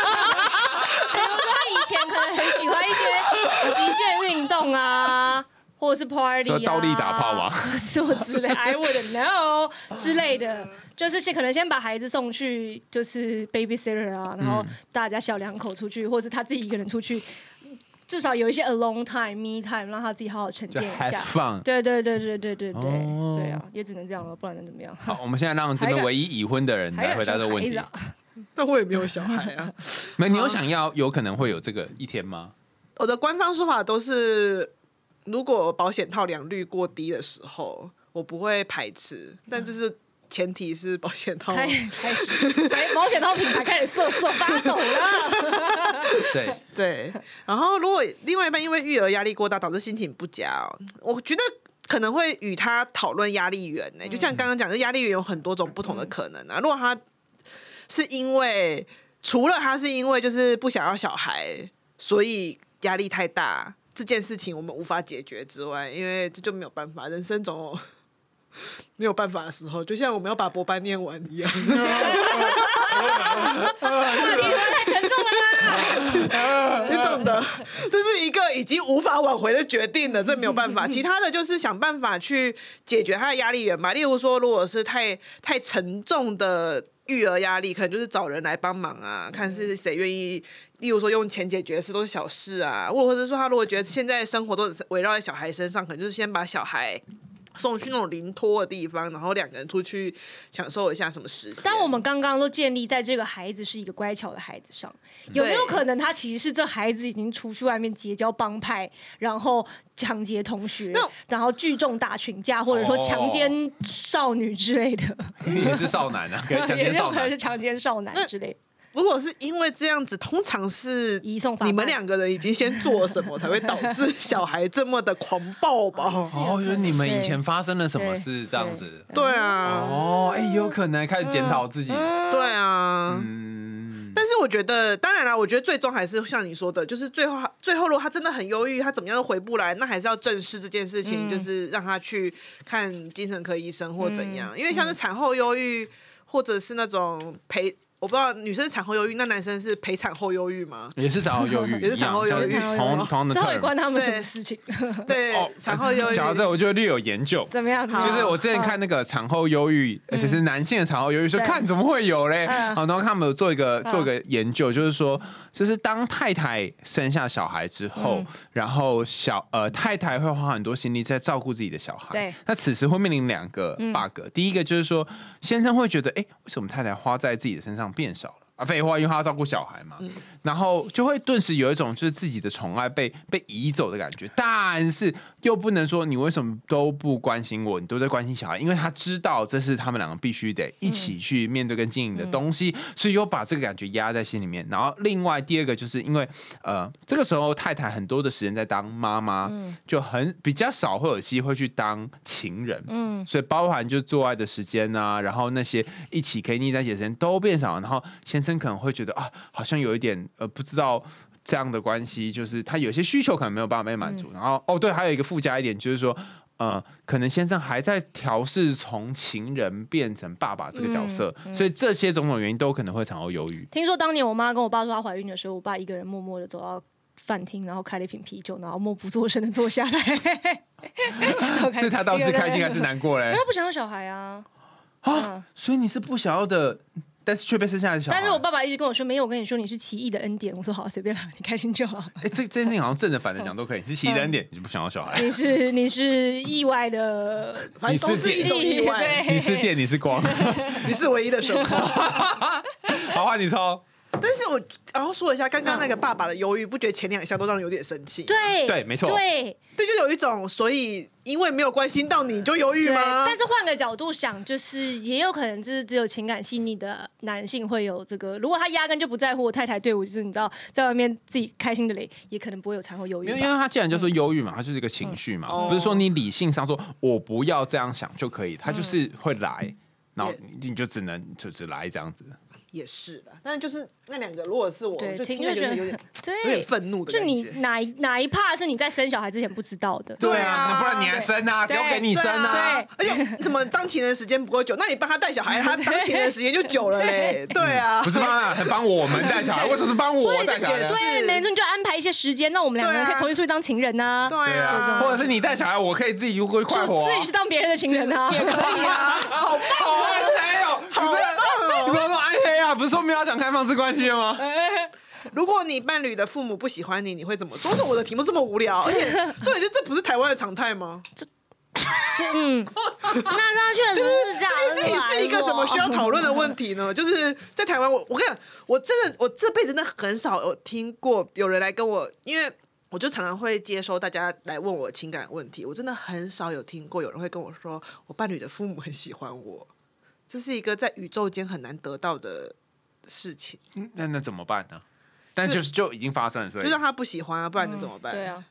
Speaker 3: 比如说他以前可能很喜欢一些极限运动啊，或者是 party
Speaker 2: 说
Speaker 3: 啊，
Speaker 2: 倒立打炮吗
Speaker 3: 什么之类，I wouldn't know 之类的，就是先可能先把孩子送去就是 babysitter 啊，然后
Speaker 2: 嗯
Speaker 3: 大家小两口出去，或者他自己一个人出去。至少有一些 alone time、me time，让他自己好好沉
Speaker 2: 就
Speaker 3: 淀一
Speaker 2: have
Speaker 3: 下。
Speaker 2: fun。
Speaker 3: 对对对对对对对，
Speaker 2: 哦
Speaker 3: 对啊，也只能这样了，不然能怎么样？
Speaker 2: 好，我们现在让这
Speaker 3: 还
Speaker 2: 边
Speaker 3: 敢
Speaker 2: 唯一已婚的人
Speaker 3: 还
Speaker 2: 来
Speaker 3: 有
Speaker 2: 回答
Speaker 3: 生
Speaker 2: 这个问
Speaker 3: 孩子
Speaker 2: 题
Speaker 3: 啊。
Speaker 4: 但我也没有小孩啊。
Speaker 2: 没，你有想要有可能会有这个一天 吗？
Speaker 4: 我的官方说法都是，如果保险套良率过低的时候，我不会排斥，但这是前提是保险套。
Speaker 3: 开开始，哎，保险套品牌开始瑟瑟发抖了。
Speaker 2: 对，
Speaker 4: 对，然后如果另外一半因为育儿压力过大导致心情不佳、哦，我觉得可能会与他讨论压力源呢、就像刚刚讲的，压力源有很多种不同的可能啊。如果他是因为除了他是因为就是不想要小孩，所以压力太大这件事情我们无法解决之外，因为这就没有办法，人生总有没有办法的时候，就像我们要把博班念完一样。
Speaker 3: 话题太沉重了啦。
Speaker 4: 你懂的， 这是一个已经无法挽回的决定了，这没有办法。其他的就是想办法去解决他的压力源吧，例如说，如果是太太沉重的育儿压力，可能就是找人来帮忙啊，看是谁愿意。例如说，用钱解决的事都是小事啊，或或者是说，他如果觉得现在生活都只围绕在小孩身上，可能就是先把小孩。送去那种零托的地方，然后两个人出去享受一下什么时间。
Speaker 3: 但我们刚刚都建立在这个孩子是一个乖巧的孩子上，有没有可能他其实是这孩子已经出去外面结交帮派，然后抢劫同学
Speaker 4: 那，
Speaker 3: 然后聚众打群架，或者说强奸少女之类的，
Speaker 2: 也是少男 啊，可以强
Speaker 3: 也
Speaker 2: 奸
Speaker 3: 有
Speaker 2: 少
Speaker 3: 可能
Speaker 2: 男
Speaker 3: 是。强奸少男之类的。
Speaker 4: 如果是因为这样子，通常是
Speaker 3: 移送法办
Speaker 4: 你们两个人已经先做了什么，才会导致小孩这么的狂暴 吧？
Speaker 3: 是有
Speaker 2: 哦，
Speaker 3: 可能
Speaker 2: 就是你们以前
Speaker 3: 对
Speaker 2: 发生了什么
Speaker 3: 对
Speaker 2: 事这样子？
Speaker 4: 对啊，
Speaker 2: 哦，哎，有可能开始检讨自己。
Speaker 3: 哦
Speaker 4: 对啊。
Speaker 2: 嗯，
Speaker 4: 但是我觉得，当然啦，我觉得最终还是像你说的，就是最后最后，如果他真的很忧郁，他怎么样都回不来，那还是要正视这件事
Speaker 3: 嗯
Speaker 4: 情，就是让他去看精神科医生或怎
Speaker 3: 嗯
Speaker 4: 样。因为像是产后忧郁，或者是那种陪，我不知道女生是产后忧郁，那男生是陪产后忧郁吗？
Speaker 2: 也是产后忧郁，
Speaker 4: 也是产后
Speaker 2: 一样
Speaker 4: 忧郁
Speaker 2: 这样子同同样的
Speaker 3: 这会
Speaker 2: term
Speaker 3: 关他们什么事情？
Speaker 4: 对，
Speaker 2: 哦
Speaker 4: 产后忧郁。
Speaker 2: 讲到这，我就略有研究。
Speaker 3: 怎么样？
Speaker 4: 好
Speaker 2: 就是我之前看那个产后忧郁，而且是男性的产后忧郁，说
Speaker 3: 嗯对
Speaker 2: 看怎么会有嘞？
Speaker 3: 嗯
Speaker 2: 啊，然后他们有做一个
Speaker 3: 嗯
Speaker 2: 做一个研究，就是说，就是当太太生下小孩之后
Speaker 3: 嗯，
Speaker 2: 然后小呃太太会花很多心力在照顾自己的小孩，
Speaker 3: 对嗯
Speaker 2: 那此时会面临两个 bug，第一个就是说，先生会觉得，哎，为什么太太花在自己的身上变少了？啊，废话，因为他要照顾小孩嘛，然后就会顿时有一种就是自己的宠爱被被移走的感觉，但是又不能说你为什么都不关心我，你都在关心小孩，因为他知道这是他们两个必须得一起去面对跟经营的东西，所以又把这个感觉压在心里面。然后另外第二个就是因为呃，这个时候太太很多的时间在当妈妈，就很比较少会有机会去当情人，嗯，所以包含就做爱的时间啊，然后那些一起可以腻在一起的时间都变少了，然后先生可能会觉得啊，好像有一点呃，不知道。这样的关系就是他有些需求可能没有办法被满
Speaker 3: 嗯
Speaker 2: 足，然后哦对，还有一个附加一点就是说，呃，可能先生还在调试从情人变成爸爸这个角色，
Speaker 3: 嗯
Speaker 2: 所以这些种种原因都可能会产后忧郁。
Speaker 3: 听说当年我妈跟我爸说她怀孕的时候，我爸一个人默默的走到饭厅，然后开了一瓶啤酒，然后默不作声的坐下来。
Speaker 2: 所以他到底是开心还是难过嘞
Speaker 3: 因为？他不想要小孩啊。
Speaker 2: 啊， 所以你是不想要的，但是却被生下来的小孩。
Speaker 3: 但是我爸爸一直跟我说，没有，我跟你说你是奇异的恩典。我说好，随便啦，你开心就好。
Speaker 2: 哎、这这件事情好像正着反着讲都可以，你是奇人点，你就不想要小孩。
Speaker 3: 你是你是意外的，
Speaker 4: 反正都是一种意外，
Speaker 3: 对
Speaker 2: 你是电，你是光，
Speaker 4: 你是唯一的 神话。
Speaker 2: 好换你抽。
Speaker 4: 但是我然后说一下刚刚那个爸爸的忧郁，不觉得前两项都让人有点生气？
Speaker 3: 对
Speaker 2: 对没错
Speaker 3: 对
Speaker 4: 对，就有一种，所以因为没有关心到你就忧郁
Speaker 3: 对。
Speaker 4: 吗？
Speaker 3: 但是换个角度想，就是也有可能就是只有情感细腻的男性会有这个，如果他压根就不在乎我太太对我，就是你知道在外面自己开心的雷，也可能不会有产后忧郁
Speaker 2: 因为因为
Speaker 3: 吧。
Speaker 2: 他既然就说忧郁
Speaker 4: 嗯
Speaker 2: 嘛，他就是一个情绪嘛，
Speaker 4: 哦
Speaker 2: 不是说你理性上说我不要这样想就可以，他
Speaker 4: 嗯
Speaker 2: 就是会来，然后你你就只能就只来这样子。
Speaker 4: 也是啦，但就是那两个，如果是我，
Speaker 3: 对
Speaker 4: 我就
Speaker 3: 听
Speaker 4: 听
Speaker 3: 就
Speaker 4: 着
Speaker 3: 觉
Speaker 4: 觉
Speaker 3: 得
Speaker 4: 得有点 有
Speaker 3: 对
Speaker 4: 点，愤怒的
Speaker 3: 就
Speaker 4: 感
Speaker 3: 你
Speaker 4: 觉。
Speaker 3: 哪一哪一怕是你在生小孩之前不知道的。
Speaker 4: 对啊
Speaker 2: 那不然你还生啊？
Speaker 3: 对
Speaker 2: 丢给你
Speaker 4: 对
Speaker 2: 生啊？
Speaker 4: 啊，而且怎么当情人时间不够久？那你帮他带小孩，他 当情人时间就久了嘞。对啊
Speaker 2: 嗯不，是帮他帮我们带小孩，为什么是帮我带小孩
Speaker 4: 也
Speaker 2: 呢？
Speaker 4: 是
Speaker 3: 对，没错，你就安排一些时间，让我们两个人可以重新出去当情人呐、
Speaker 4: 啊对
Speaker 2: 对
Speaker 4: 啊
Speaker 2: 啊，，或者是你带小孩，我可以自己过去快活、
Speaker 3: 就
Speaker 2: 啊，
Speaker 3: 自己去当别人的情人啊。
Speaker 4: 也可以啊，好棒
Speaker 2: 好暗黑哦，
Speaker 4: 好棒
Speaker 2: 你
Speaker 4: 哦！
Speaker 2: 不要说暗黑啊，不是说没有要讲开放式关系了吗？
Speaker 4: 如果你伴侣的父母不喜欢你，你会怎么做？为什么我的题目这么无聊？而且重点就这不是台湾的常态吗？
Speaker 3: 是， 嗯，那那确实是这样。啊
Speaker 4: 这件事情是一个什么需要讨论的问题呢？就是在台湾，我我看我真的我这辈子真的很少有听过有人来跟我，因为我就常常会接收大家来问我情感问题，我真的很少有听过有人会跟我说我伴侣的父母很喜欢我，这是一个在宇宙间很难得到的事情，
Speaker 2: 那那怎么办呢？但就是就已经发生了，所
Speaker 4: 嗯就
Speaker 2: 以
Speaker 4: 让他不喜欢啊，不然能怎么办？
Speaker 3: 对，啊，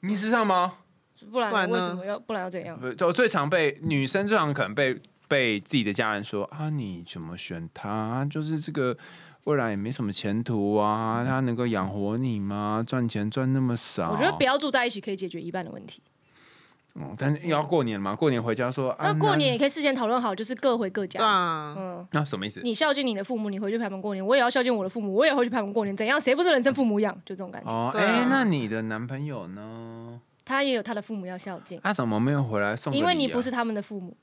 Speaker 2: 你是这样吗？
Speaker 3: 不然
Speaker 4: 不然呢
Speaker 3: 为什么要不然要怎样？
Speaker 2: 不就最常被女生最常可能被被自己的家人说啊，你怎么选他？就是这个未来也没什么前途啊，他能够养活你吗？赚钱赚那么少，
Speaker 3: 我觉得不要住在一起可以解决一半的问题。
Speaker 2: 嗯，但是要过年嘛，过年回家说啊，
Speaker 3: 那过年也可以事先讨论好，就是各回各家。
Speaker 4: 嗯对啊，
Speaker 3: 嗯，
Speaker 2: 那那什么意思？
Speaker 3: 你孝敬你的父母，你回去陪他们过年；我也要孝敬我的父母，我也回去陪他们过年。怎样？谁不是人生父母养？就这种感觉。
Speaker 2: 哦，
Speaker 4: 对啊
Speaker 2: 哎，那你的男朋友呢？啊
Speaker 3: 他也有他的父母要孝敬，
Speaker 2: 他怎么没有回来送个礼
Speaker 3: 因
Speaker 2: 啊？
Speaker 3: 为你不是他们的父母。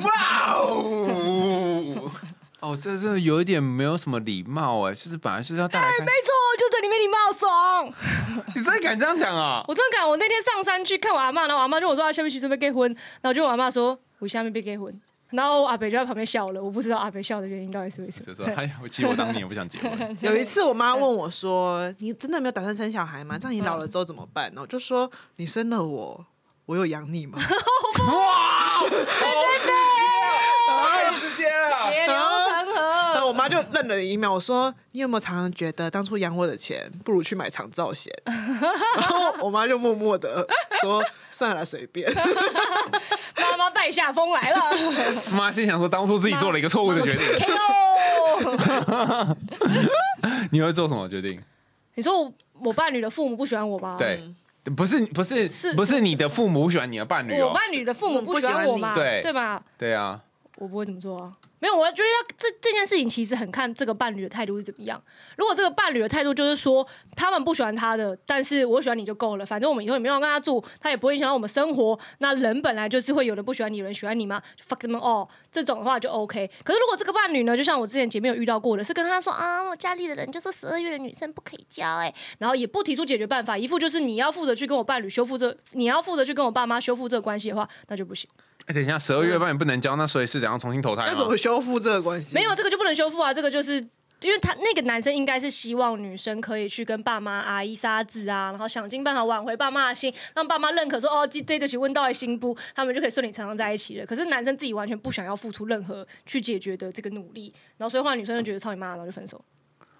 Speaker 2: 哇哦！ 哦，这这有一点没有什么礼貌哎，就是本来是要带来看，
Speaker 3: 没错，就这里面你冒怂。
Speaker 2: 你真的敢这样讲啊？
Speaker 3: 我真的敢，我那天上山去看我阿妈，然后我阿妈就我说啊她下面去准备结婚，然后就我阿妈说我下面被结婚，然后我阿北就在旁边笑了，我不知道阿北笑的原因到底是 为什
Speaker 2: 就
Speaker 3: 么。
Speaker 2: 说哎呀，我其实我当年也不想结婚，
Speaker 4: 有一次我妈问我说：“你真的没有打算生小孩吗？这样你老了之后怎么办？”然后我就说：“你生了我，我有养你吗？”
Speaker 2: 太直接了。
Speaker 3: 哎血流啊成
Speaker 4: 然
Speaker 3: 河，
Speaker 4: 后我妈就愣了一秒，我说：“你有没有常常觉得当初养我的钱不如去买长照险？” 然后我妈就默默的说：“算了，随便。
Speaker 3: 妈妈败下风 来了。哎
Speaker 2: 妈心想说，当初自己做了一个错误的决定，
Speaker 3: KO
Speaker 2: 你会做什么决定？
Speaker 3: 你说我我伴侣的父母不喜欢我吗？，
Speaker 2: 对，不是不是
Speaker 3: 哦是
Speaker 2: 不是你的父母不喜欢你的伴侣
Speaker 3: 我
Speaker 2: 哦，
Speaker 3: 伴侣的父母不喜欢我嘛？
Speaker 2: 不喜欢你对
Speaker 3: 对吧？
Speaker 2: 对啊，
Speaker 3: 我不会这么做啊。没有，我觉得要这这件事情其实很看这个伴侣的态度是怎么样。如果这个伴侣的态度就是说他们不喜欢他的，但是我喜欢你就够了，反正我们以后也没有要跟他住，他也不会影响到我们生活。那人本来就是会有人不喜欢你，有人喜欢你嘛就，fuck them all。这种的话就 OK。可是如果这个伴侣呢，就像我之前姐妹有遇到过的，是跟他说啊，我家里的人就说十二月的女生不可以交、哎，然后也不提出解决办法，一副就是你要负责去跟我伴侣修复这，你要负责去跟我爸妈修复这个关系的话，那就不行。
Speaker 2: 哎，等一下，十二月半你不能交，那所以是怎样重新投”胎
Speaker 4: 要
Speaker 2: 吗
Speaker 4: 怎？么修复这个关系？
Speaker 3: 没有这个就不能修复啊，这个就是因为他那个男生应该是希望女生可以去跟爸妈、阿姨、沙子啊，然后想尽办法挽回爸妈的心，让爸妈认可说哦，这对得起问到的心不，他们就可以顺理成章在一起了。可是男生自己完全不想要付出任何去解决的这个努力，然后所以后来女生就觉得操你妈，然后就分手。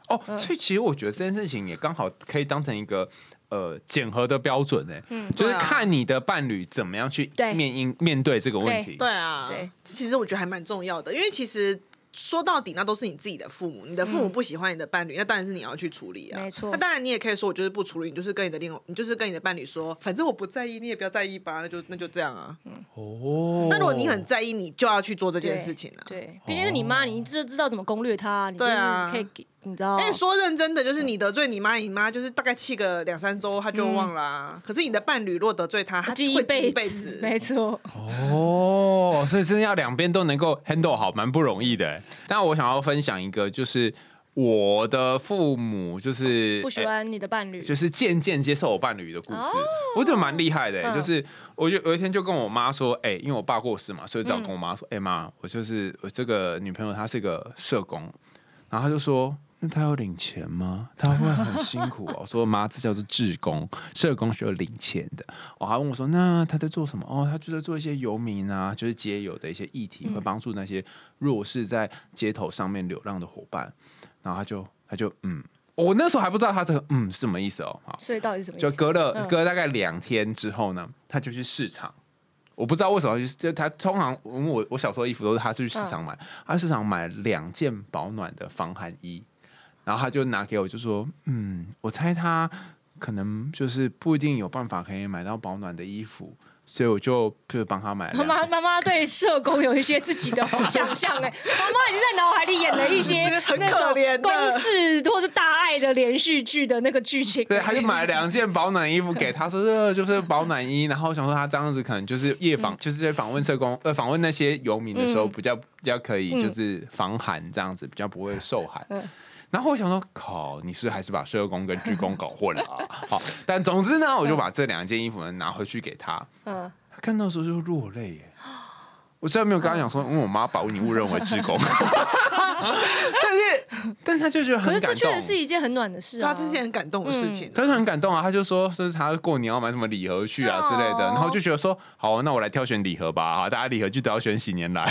Speaker 2: 哦，所以其实我觉得这件事情也刚好可以当成一个呃检核的标准哎、就是
Speaker 4: 对啊
Speaker 2: 看你的伴侣怎么样去
Speaker 3: 对
Speaker 2: 面应面对这个问题。
Speaker 4: 对啊，
Speaker 3: 对，
Speaker 4: 其实我觉得还蛮重要的，因为其实。说到底，那都是你自己的父母，你的父母不喜欢你的伴侣，那当然是你要去处理啊。
Speaker 3: 嗯没错
Speaker 4: 那当然你也可以说，我就是不处理，你就是跟你的另，你就是跟你的伴侣说，反正我不在意，你也不要在意吧，那就那就这样啊。
Speaker 2: 哦，
Speaker 4: 那如果你很在意，你就要去做这件
Speaker 3: 对
Speaker 4: 事情啊。
Speaker 3: 对，毕竟是你
Speaker 2: 哦
Speaker 3: 妈，你知知道怎么攻略她，你就
Speaker 4: 对啊
Speaker 3: 是可以给，你知道。
Speaker 4: 哎，说认真的，就是你得罪你妈，你妈就是大概气个两三周，她就忘啦、可是你的伴侣若得罪她，她会
Speaker 3: 嗯记
Speaker 4: 记
Speaker 3: 一
Speaker 4: 一
Speaker 3: 辈
Speaker 4: 辈
Speaker 3: 子，没错。
Speaker 2: 哦，所以真的要两边都能够 handle 好，蛮不容易的欸。但我想要分享一个，就是我的父母就是
Speaker 3: 不喜欢你的伴侣，哦
Speaker 2: 就是渐渐接受我伴侣的故事，我觉得蛮厉害的、欸。
Speaker 3: 嗯
Speaker 2: 就是我有有一天就跟我妈说，哎、因为我爸过世嘛，所
Speaker 3: 嗯
Speaker 2: 以只好跟我妈说，哎、妈、我就是我这个女朋友她是个社工，然后她就说。那她有领钱吗？她会不会很辛苦哦。我说妈，这叫做志工，社工是有领钱的。我哦还问我说，那她在做什么？哦，她就在做一些游民啊，就是街友的一些议题，会帮助那些弱势在街头上面流浪的伙伴。然后他就他就嗯，我那时候还不知道他这个嗯是什么意思哦，好，
Speaker 3: 所以到底是什么意
Speaker 2: 就
Speaker 3: 思？
Speaker 2: 隔了
Speaker 3: 嗯
Speaker 2: 隔了大概两天之后呢，他就去市场。我不知道为什么，就是就他通常因为我我小时候衣服都是他去市场
Speaker 3: 嗯
Speaker 2: 买，他去市场买两件保暖的防寒衣，然后他就拿给我，就说：“嗯，我猜他可能就是不一定有办法可以买到保暖的衣服，所以我就就是帮他买了
Speaker 3: 妈
Speaker 2: 两件。
Speaker 3: 妈妈妈对社工有一些自己的想象 哎、妈妈已经在脑海里演了一些
Speaker 4: 很
Speaker 3: 那
Speaker 4: 可怜的
Speaker 3: 种公式或是大爱的连续剧的那个剧情、
Speaker 2: 对，他就买了两件保暖衣服给他，说这就是保暖衣。然后我想说他这样子可能就是夜访，就是在访问社工，呃，访问那些游民的时候
Speaker 3: 嗯
Speaker 2: 比较比较可以，
Speaker 3: 嗯
Speaker 2: 就是防寒这样子，比较不会受寒
Speaker 3: 嗯。
Speaker 2: 然后我想说，靠，你是不是还是把社工跟鞠工搞混了啊？好，但总之呢，我就把这两件衣服呢拿回去给他，
Speaker 3: 嗯，
Speaker 2: 他看到的时候就落泪耶。我虽然没有跟他讲说，嗯因为我妈把你误认为鞠工， 但是，但他就觉得
Speaker 3: 哎可
Speaker 2: 很
Speaker 3: 是
Speaker 2: 感
Speaker 3: 这确
Speaker 2: 动
Speaker 3: 实。是一件很暖的事
Speaker 4: 对
Speaker 3: 啊。
Speaker 4: 啊，这是件很感动的事情、
Speaker 3: 嗯
Speaker 2: 他就很感动啊，他就说这是他过年要买什么礼盒去啊
Speaker 3: 哦
Speaker 2: 之类的，然后就觉得说好，那我来挑选礼盒吧，好，大家礼盒就都要选喜 年来，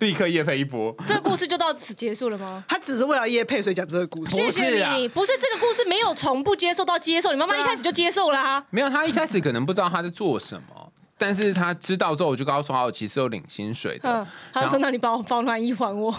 Speaker 2: 立刻夜配一波。
Speaker 3: 这个故事就到此结束了吗？
Speaker 4: 他只是为了叶佩所以讲这个 故事。
Speaker 2: 不
Speaker 3: 谢
Speaker 2: 是啊
Speaker 3: 谢你，不是这个故事没有从不接受到接受，你妈妈一
Speaker 2: 啊
Speaker 3: 开始就接受啦、
Speaker 2: 没有，他一开始可能不知道他在做什么，但是他知道之后，我就告诉他，我其实有领薪水的
Speaker 3: 嗯，，他就
Speaker 2: 然
Speaker 3: 说
Speaker 2: 后：“
Speaker 3: 那你把我保暖衣还我。”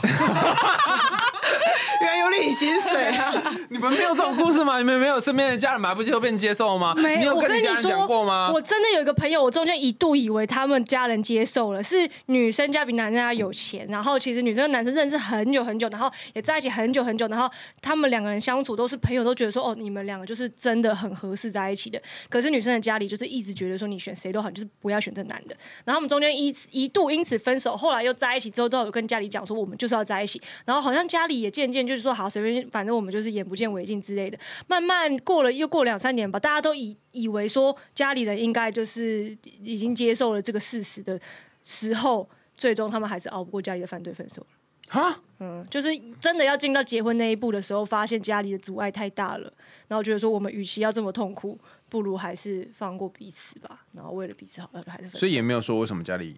Speaker 4: 原来有领薪水啊！
Speaker 2: 你们没有这种故事吗？你们没有身边的家人买不起就被你接受吗？
Speaker 3: 没
Speaker 2: 你有
Speaker 3: 我
Speaker 2: 跟
Speaker 3: 跟
Speaker 2: 家人讲
Speaker 3: 说
Speaker 2: 过吗？
Speaker 3: 我真的有一个朋友，我中间一度以为他们家人接受了，是女生家比男生家有钱，然后其实女生跟男生认识很久很久，然后也在一起很久很久，然后他们两个人相处都是朋友，都觉得说哦，你们两个就是真的很合适在一起的。可是女生的家里就是一直觉得说你选谁都好，你就是不要选这男的。然后我们中间一一度因此分手，后来又在一起之后，都有跟家里讲说我们就是要在一起。然后好像家里也渐渐就是说好随便，反正我们就是眼不见为净之类的。慢慢过了又过两三年吧，大家都以以为说家里人应该就是已经接受了这个事实的时候，最终他们还是熬不过家里的反对分手了。
Speaker 2: 啊，
Speaker 3: 嗯，就是真的要进到结婚那一步的时候，发现家里的阻碍太大了，然后觉得说我们与其要这么痛苦，不如还是放过彼此吧。然后为了彼此好，还是分手。
Speaker 2: 所以也没有说为什么家里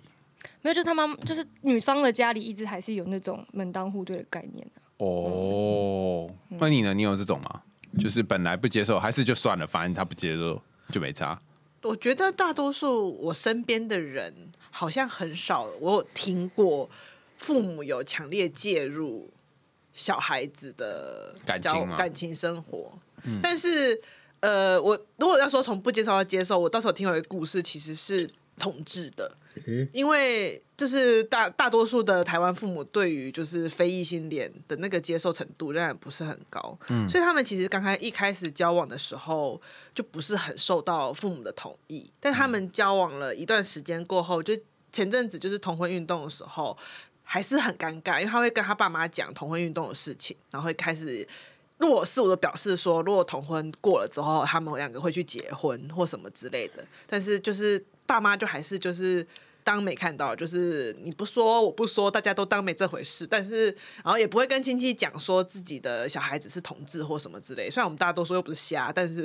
Speaker 3: 没有，就是他妈就是女方的家里一直还是有那种门当户对的概念、啊、
Speaker 2: 哦。那你呢？你有这种吗？就是本来不接受，还是就算了，反正他不接受就没差。
Speaker 4: 我觉得大多数我身边的人好像很少，我有听过父母有强烈介入小孩子的
Speaker 2: 感情
Speaker 4: 交
Speaker 2: 吗嗯
Speaker 4: 感情生活，但是呃，我如果要说从不接受到接受，我到时候听有一个故事，其实是同志的。因为就是大大多数的台湾父母对于就是非异性恋的那个接受程度仍然不是很高，
Speaker 2: 嗯
Speaker 4: 所以他们其实刚开一开始交往的时候就不是很受到父母的同意，但他们交往了一段时间过后， 就前阵子就是同婚运动的时候，还是很尴尬，因为他会跟他爸妈讲同婚运动的事情，然后会开始。如果是我的表示说，如果同婚过了之后，他们两个会去结婚或什么之类的，但是就是爸妈就还是就是当没看到，就是你不说我不说，大家都当没这回事。但是然后也不会跟亲戚讲说自己的小孩子是同志或什么之类。虽然我们大家都说又不是瞎，但是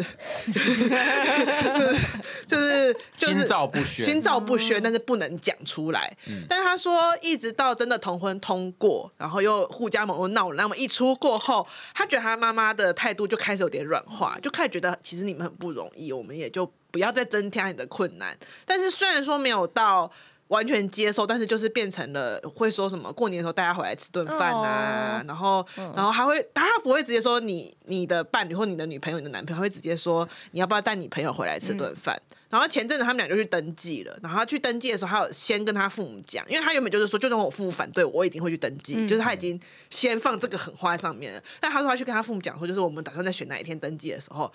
Speaker 4: 就是就是
Speaker 2: 心照不宣
Speaker 4: 心照不宣，但是不能讲出来。但是他说，一直到真的同婚通过，然后又互加盟又闹了那么一出过后，他觉得他妈妈的态度就开始有点软化，就开始觉得其实你们很不容易，我们也就不要再增加你的困难。但是虽然说没有到。完全接受，但是就是变成了会说什么过年的时候大家回来吃顿饭啊
Speaker 3: 哦
Speaker 4: 然后然后还会他不会直接说你你的伴侣或你的女朋友、你的男朋友，他会直接说你要不要带你朋友回来吃顿饭。然后前阵子他们俩就去登记了，然后他去登记的时候，他有先跟他父母讲，因为他原本就是说，就算我父母反对我，我一定会去登记，就是他已经先放这个狠话在上面了。但他说他去跟他父母讲说，就是我们打算在选哪一天登记的时候，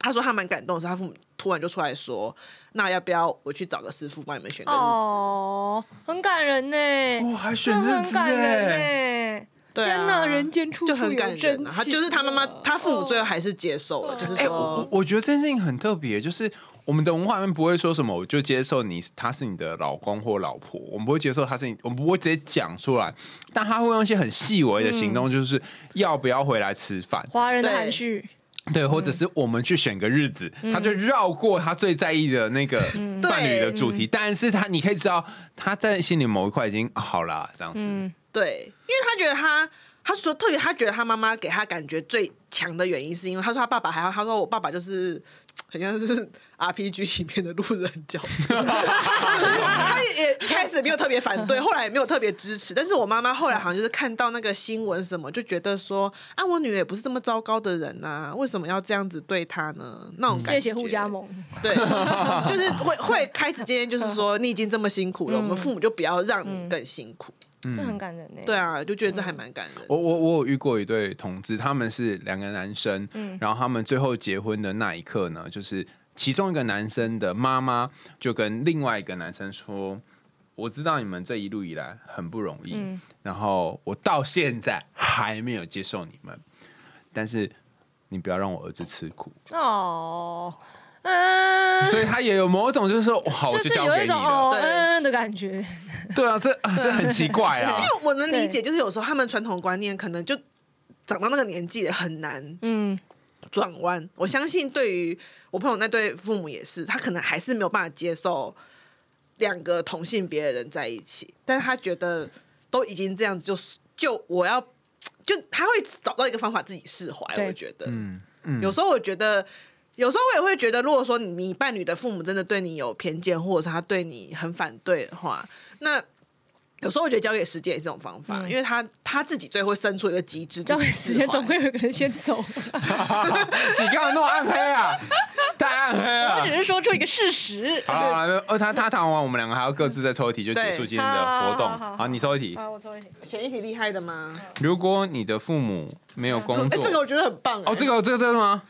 Speaker 4: 他说他蛮感动的是，他父母突然就出来说，那要不要我去找个师傅帮你们
Speaker 3: 啊
Speaker 4: 选个日子？
Speaker 3: 哦，很感人呢、
Speaker 2: 哦，还
Speaker 3: 这
Speaker 2: 选日
Speaker 3: 很
Speaker 2: 子
Speaker 3: 感
Speaker 2: 哎，
Speaker 3: 人呢、欸
Speaker 4: 对啊，
Speaker 1: 天哪，人间处处
Speaker 4: 就
Speaker 1: 有
Speaker 4: 很感人、
Speaker 1: 真
Speaker 4: 啊。他
Speaker 1: 情哦
Speaker 4: 就是他妈妈
Speaker 3: 哦
Speaker 1: 啊，
Speaker 4: 他父母最后还是接受了，就是
Speaker 2: 哎、我
Speaker 4: 说
Speaker 2: 我我觉得这件事情很特别，就是我们的文化里面不会说什么，我就接受你他是你的老公或老婆，我们不会接受他是你，我们不会直接讲出来，但他会用一些很细微的行
Speaker 3: 嗯
Speaker 2: 动，就是要不要回来吃饭，
Speaker 3: 华人的
Speaker 4: 对
Speaker 3: 含蓄，
Speaker 2: 对，或
Speaker 3: 嗯
Speaker 2: 者是我们去选个日子，他就绕过他最在意的那个
Speaker 3: 嗯
Speaker 2: 伴侣的主题，但是他你可以知道他在心里某一块已经、啊好啦，这样子，
Speaker 3: 嗯
Speaker 4: 对，因为他觉得他，他说特别，他觉得他妈妈给他感觉最强的原因，是因为他说他爸爸还好，他说我爸爸就是。很像是 RPG 里面的路人角色， 他也一开始没有特别反对，后来也没有特别支持。但是我妈妈后来好像就是看到那个新闻什么，就觉得说啊，我女儿也不是这么糟糕的人呐、为什么要这样子对她呢？那种感
Speaker 3: 嗯
Speaker 4: 觉，
Speaker 3: 谢谢互加盟。
Speaker 4: 对，就是会会开始今天就是说你已经这么辛苦了，
Speaker 3: 嗯
Speaker 4: 我们父母就不要让你更辛苦。
Speaker 3: 这
Speaker 2: 嗯
Speaker 3: 很感人欸呢、
Speaker 4: 对，啊，就觉得这还蛮感人。
Speaker 2: 我我我有遇过一对同志，他们是两个男生，
Speaker 3: 嗯
Speaker 2: 然后他们最后结婚的那一刻呢，就是其中一个男生的妈妈就跟另外一个男生说：“我知道你们这一路以来很不容易，
Speaker 3: 嗯
Speaker 2: 然后我到现在还没有接受你们，但是你不要让我儿子吃苦。
Speaker 3: 哦，嗯，
Speaker 2: 所以他也有某种就是说，哇，我
Speaker 3: 就是
Speaker 2: 交
Speaker 3: 有
Speaker 2: 给
Speaker 3: 一
Speaker 2: 你
Speaker 3: 种
Speaker 2: 了。
Speaker 3: 哦
Speaker 4: 对
Speaker 3: 嗯的感觉，
Speaker 2: 对啊，这啊这很奇怪 啊。
Speaker 4: 因为我能理解，
Speaker 3: 对
Speaker 4: 就是有时候他们传统观念可能就长到那个年纪了很难
Speaker 3: 嗯，
Speaker 4: 转弯。我相信对于我朋友那对父母也是，他可能还是没有办法接受两个同性别的人在一起，但是他觉得都已经这样子就，就我要就他会找到一个方法自己释怀。
Speaker 3: 对
Speaker 4: 我觉得，
Speaker 2: 嗯嗯
Speaker 4: 有时候我觉得，有时候我也会觉得，如果说你你伴侣的父母真的对你有偏见，或者是他对你很反对的话，那有时候我觉得交给时间也是一种方法，因为他他自己最会生出一个机制，
Speaker 3: 嗯交给
Speaker 4: 就是
Speaker 3: 时间，
Speaker 4: 释
Speaker 3: 总
Speaker 4: 怀
Speaker 3: 会有一个人先走。
Speaker 2: 你干嘛那么暗黑啊？太暗黑
Speaker 3: 我 只
Speaker 2: 了。
Speaker 3: 是说出一个事实。
Speaker 2: 好了，好了呃，他他谈完，我们两个还要各自再抽一题，就结束
Speaker 4: 对
Speaker 2: 今天的活动。
Speaker 3: 好好好好
Speaker 2: 好，你抽一题。
Speaker 3: 好，我抽一题。
Speaker 4: 选一题厉害的吗？
Speaker 2: 如果你的父母没有工
Speaker 4: 哎、
Speaker 2: 作，
Speaker 4: 这个我觉得很棒、
Speaker 2: 哦，这个这个真的吗？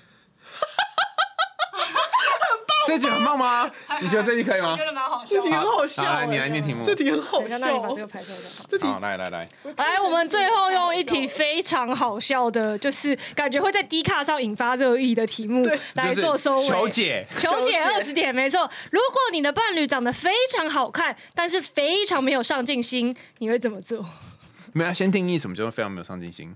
Speaker 2: 这句很棒 吗？你觉得这句可以吗？
Speaker 3: 得蛮好
Speaker 4: 这题很好笑、
Speaker 2: 好来
Speaker 4: 哎
Speaker 2: 你来念题目
Speaker 4: 这题很好
Speaker 3: 等一下，那你把
Speaker 4: 笑
Speaker 3: 这。个拍出来就好。
Speaker 4: 这题
Speaker 2: 好，来来来，
Speaker 3: 来，我们最后用一题非常好笑的，就是感觉会在 D 卡上引发热议的题目来
Speaker 2: 就是
Speaker 3: 做收尾。
Speaker 2: 求解。
Speaker 3: 求
Speaker 4: 求
Speaker 3: 解
Speaker 4: 解
Speaker 3: 二十点，没错。如果你的伴侣长得非常好看，但是非常没有上进心，你会怎么做？
Speaker 2: 没有，先定义什么叫做非常没有上进心。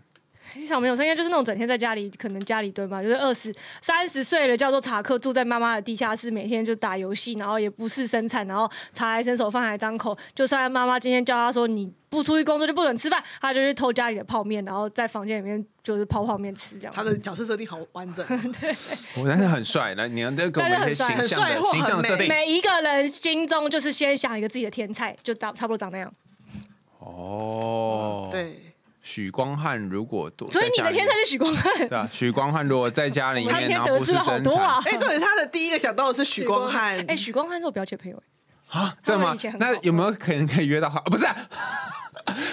Speaker 3: 非常没有上进，应该就是那种整天在家里，可能家里蹲吧，就是二十三十岁了，叫做查克，住在妈妈的地下室，每天就打游戏，然后也不是生产，然后茶来伸手，饭来张口。就算妈妈今天叫他说你不出去工作就不准吃饭，他就去偷家里的泡面，然后在房间里面就是泡泡面吃这样。
Speaker 4: 他的角色设定好 完整，
Speaker 2: 我但是很帅，来，你要再给我们一些形
Speaker 3: 但是很
Speaker 4: 帅
Speaker 2: 象的
Speaker 4: 很帅或
Speaker 2: 形象的
Speaker 4: 很
Speaker 2: 设定。
Speaker 3: 每一个人心中就是先想一个自己的天菜，就长差不多长那样。
Speaker 2: 哦，，
Speaker 4: 对，
Speaker 2: 许光汉如果多，
Speaker 3: 所以你
Speaker 2: 在家
Speaker 3: 的
Speaker 2: 里
Speaker 3: 天菜是许光汉。
Speaker 2: 对啊，许光汉如果在家里
Speaker 3: 我今
Speaker 2: 面，然
Speaker 3: 天
Speaker 2: 后
Speaker 3: 得
Speaker 2: 不是
Speaker 3: 知了好
Speaker 2: 生
Speaker 3: 多啊
Speaker 2: 产！
Speaker 4: 哎、重点是他的第一个想到的是许光汉，
Speaker 3: 哎，许光汉是我表姐朋友，哎
Speaker 2: 啊，真的
Speaker 3: 他
Speaker 2: 吗
Speaker 3: 们以前？很好
Speaker 2: 那有没有可能可以约到他？ 啊不是啊、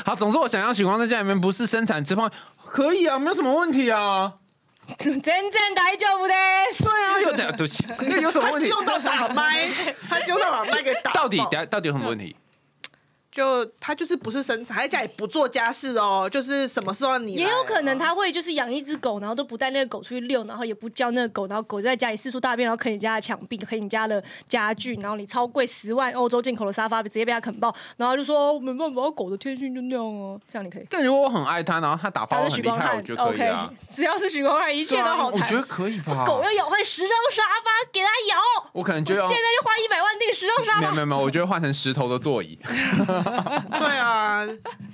Speaker 2: 好，总之我想要许光在家里面不是生产吃胖，可以啊，没有什么问题啊。
Speaker 3: 全然大丈夫です。
Speaker 2: 对啊， 有的，对不起，那有什么
Speaker 4: 他
Speaker 2: 问
Speaker 4: 激
Speaker 2: 题？
Speaker 4: 动到打麦， 他激动到把麦给打爆。
Speaker 2: 到底等下到底有什么问题？
Speaker 4: 就他就是不是生产，他在家里不做家事哦，就是什么事都让你来
Speaker 3: 也有可能他会就是养一只狗，然后都不带那个狗出去遛，然后也不叫那个狗，然后狗就在家里四处大便，然后啃你家的墙壁，啃你家的家具，然后你超贵十万欧洲进口的沙发直接被它啃爆，然后就说哦没办法，狗的天性就那样哦，这样你可以。
Speaker 2: 但如果我很爱他，然后他打
Speaker 3: 他
Speaker 2: 炮
Speaker 3: 是
Speaker 2: 很
Speaker 3: 许
Speaker 2: 厉
Speaker 3: 光
Speaker 2: 害，我
Speaker 3: 汉
Speaker 2: 觉得可以
Speaker 3: ，OK，
Speaker 2: 啊。
Speaker 3: 只要是许光汉，一切
Speaker 2: 对
Speaker 3: 都
Speaker 2: 啊，
Speaker 3: 好
Speaker 2: 我觉
Speaker 3: 谈
Speaker 2: 得。可以吧。
Speaker 3: 狗要咬坏十张沙发，给它咬。
Speaker 2: 我可能就
Speaker 3: 我
Speaker 2: 要
Speaker 3: 现在就花一百万订十张沙
Speaker 2: 没有
Speaker 3: 发
Speaker 2: 没。有没有，我觉得换成石头的座椅，
Speaker 4: 对啊，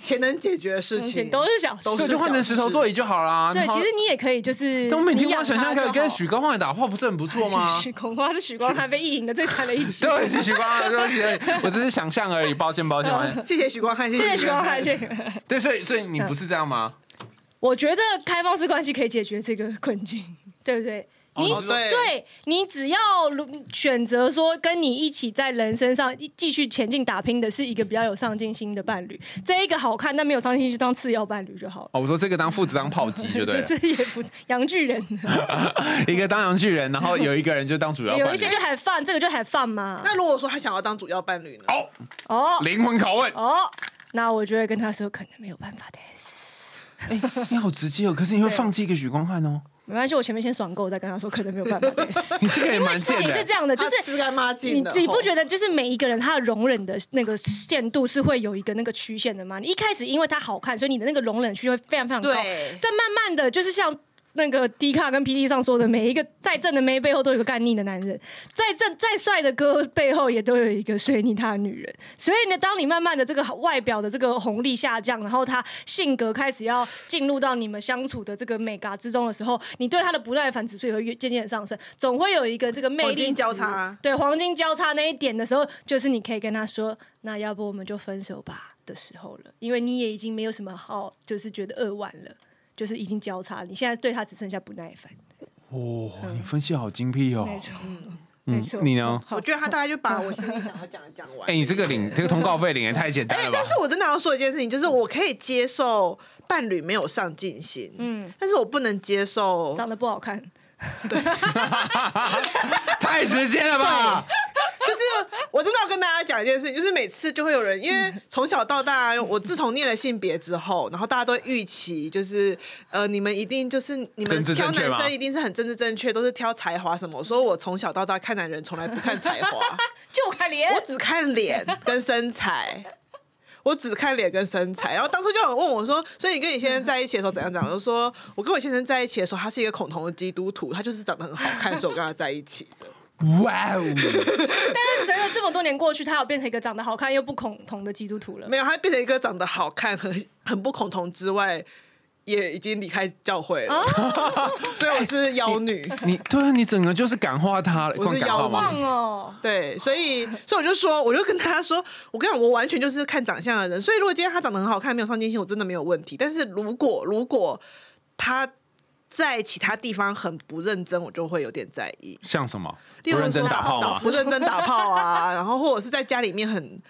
Speaker 4: 钱能解决的事情
Speaker 3: 都是小事
Speaker 4: 都
Speaker 2: 所以
Speaker 4: 是
Speaker 2: 就换成石头座椅就好啦。
Speaker 3: 对，
Speaker 2: 然后
Speaker 3: 其实你也可以，就是
Speaker 2: 但我每天
Speaker 3: 你
Speaker 2: 光
Speaker 3: 养
Speaker 2: 想象
Speaker 3: 它
Speaker 2: 可以
Speaker 3: 就
Speaker 2: 跟
Speaker 3: 好
Speaker 2: 许光汉打炮，不是很不错吗？
Speaker 3: 许恐 怕是许光汉被意淫的最惨的一集。
Speaker 2: 对不起，许光汉，对不起，对不起我只是想象而已，抱歉抱歉抱歉。
Speaker 4: 谢谢许光汉，谢
Speaker 3: 谢谢
Speaker 4: 谢
Speaker 3: 许光汉，谢谢。
Speaker 2: 对，所以所以你不是这样吗？
Speaker 3: 我觉得开放式关系可以解决这个困境，对不对？你、
Speaker 4: 哦对
Speaker 3: 对你只要选择说跟你一起在人生上继续前进打拼的是一个比较有上进心的伴侣，这一个好看但没有上进心就当次要伴侣就好了。
Speaker 2: 哦，我说这个当父子当炮击就对
Speaker 3: 这
Speaker 2: 了，
Speaker 3: 这也不洋巨人，
Speaker 2: 一个当洋巨人，然后有一个人就当 主要
Speaker 3: 有
Speaker 2: 伴
Speaker 3: 一
Speaker 2: 侣
Speaker 3: 些。就还放，这个就还放嘛。
Speaker 4: 那如果说他想要当主要伴侣呢？
Speaker 2: 哦，
Speaker 3: 哦
Speaker 2: 灵魂拷问，
Speaker 3: 哦，那我就会跟他说，可能没有办法的。
Speaker 2: 哎，你好直接哦，可是你会放弃一个许光汉哦，
Speaker 3: 没关系，我前面先爽够，再跟他说可能没有 办法的。
Speaker 2: 你这个也蛮
Speaker 3: 事
Speaker 2: 贱
Speaker 3: 情是
Speaker 2: 的
Speaker 3: 这。样的，就是
Speaker 4: 欸他吃干抹
Speaker 3: 你
Speaker 4: 净的，哦
Speaker 3: 你不觉
Speaker 4: 得？
Speaker 3: 得就是每一个人他的容忍的那个限度是会有一个那个曲线的吗？你一开始因为他好看，所以你的那个容忍区会非常非常高，
Speaker 4: 对
Speaker 3: 再慢慢的就是像。那个 D 卡跟 PD 上说的，每一个再正的妹背后都有一个干腻的男人，再正再帅的哥背后也都有一个水泥他的女人。所以呢，当你慢慢的这个外表的这个红利下降，然后他性格开始要进入到你们相处的这个美嘎之中的时候，你对他的不耐烦指数也会越渐渐地上升，总会有一个这个魅
Speaker 4: 黄
Speaker 3: 力
Speaker 4: 金交
Speaker 3: 值
Speaker 4: 叉
Speaker 3: 对黄金交叉那一点的时候，就是你可以跟他说，那要不我们就分手吧的时候了，因为你也已经没有什么好，就是觉得扼腕了，就是已经交叉，你现在对他只剩下不耐烦，
Speaker 2: 哦，你分析好精辟哦
Speaker 3: 没。错，
Speaker 2: 嗯
Speaker 3: 没错，
Speaker 2: 你呢
Speaker 3: 好
Speaker 4: 我觉得他大概就把我心里想要讲的讲完。
Speaker 2: 哎，你这个领这个通告费领也太简单
Speaker 4: 哎
Speaker 2: 了吧
Speaker 4: 但？是我真的要说一件事情，就是我可以接受伴侣没有上进心，嗯，但是我不能接受
Speaker 2: 哦
Speaker 3: 长得不好看，
Speaker 2: 太直接了吧？
Speaker 4: 就是我真的要跟大家讲一件事情，就是每次就会有人，因为从小到大，我自从念了性别之后，然后大家都预期就是呃，你们一定就是你
Speaker 2: 政
Speaker 4: 们
Speaker 2: 治
Speaker 4: 挑
Speaker 2: 正确
Speaker 4: 男
Speaker 2: 吗
Speaker 4: 生一定是很政治正确，都是挑才华什么。我说我从小到大看男人从来不看才华，
Speaker 3: 就看脸
Speaker 4: 我，只看脸跟身材。我只看脸跟身材，然后当初就有人问我说：“所以你跟你先生在一起的时候怎样怎样？”我就说：“我跟我先生在一起的时候，他是一个恐同的基督徒，他就是长得很好看，所以我跟他在一起的。
Speaker 2: 哇哦！
Speaker 3: 但是随着这么多年过去，他有变成一个长得好看又不恐同的基督徒了。
Speaker 4: 没有，他变成一个长得好看和很不恐同之外，也已经离开教会了， 所以我是妖女。
Speaker 2: 你对啊，你整个就是感化他了，
Speaker 4: 我是
Speaker 2: 算感化
Speaker 4: 妖
Speaker 2: 吗
Speaker 3: 棒？哦，
Speaker 4: 对，所以所以我就说，我就跟他说，我跟你讲，我完全就是看长相的人。所以如果今天他长得很好看，没有上进心，我真的没有问题。但是如果如果他在其他地方很不认真，我就会有点在意。
Speaker 2: 像什么？
Speaker 4: 例
Speaker 2: 不
Speaker 4: 如
Speaker 2: 认真
Speaker 4: 说
Speaker 2: 打炮吗？
Speaker 4: 不认真打炮啊，然后或者是在家里面很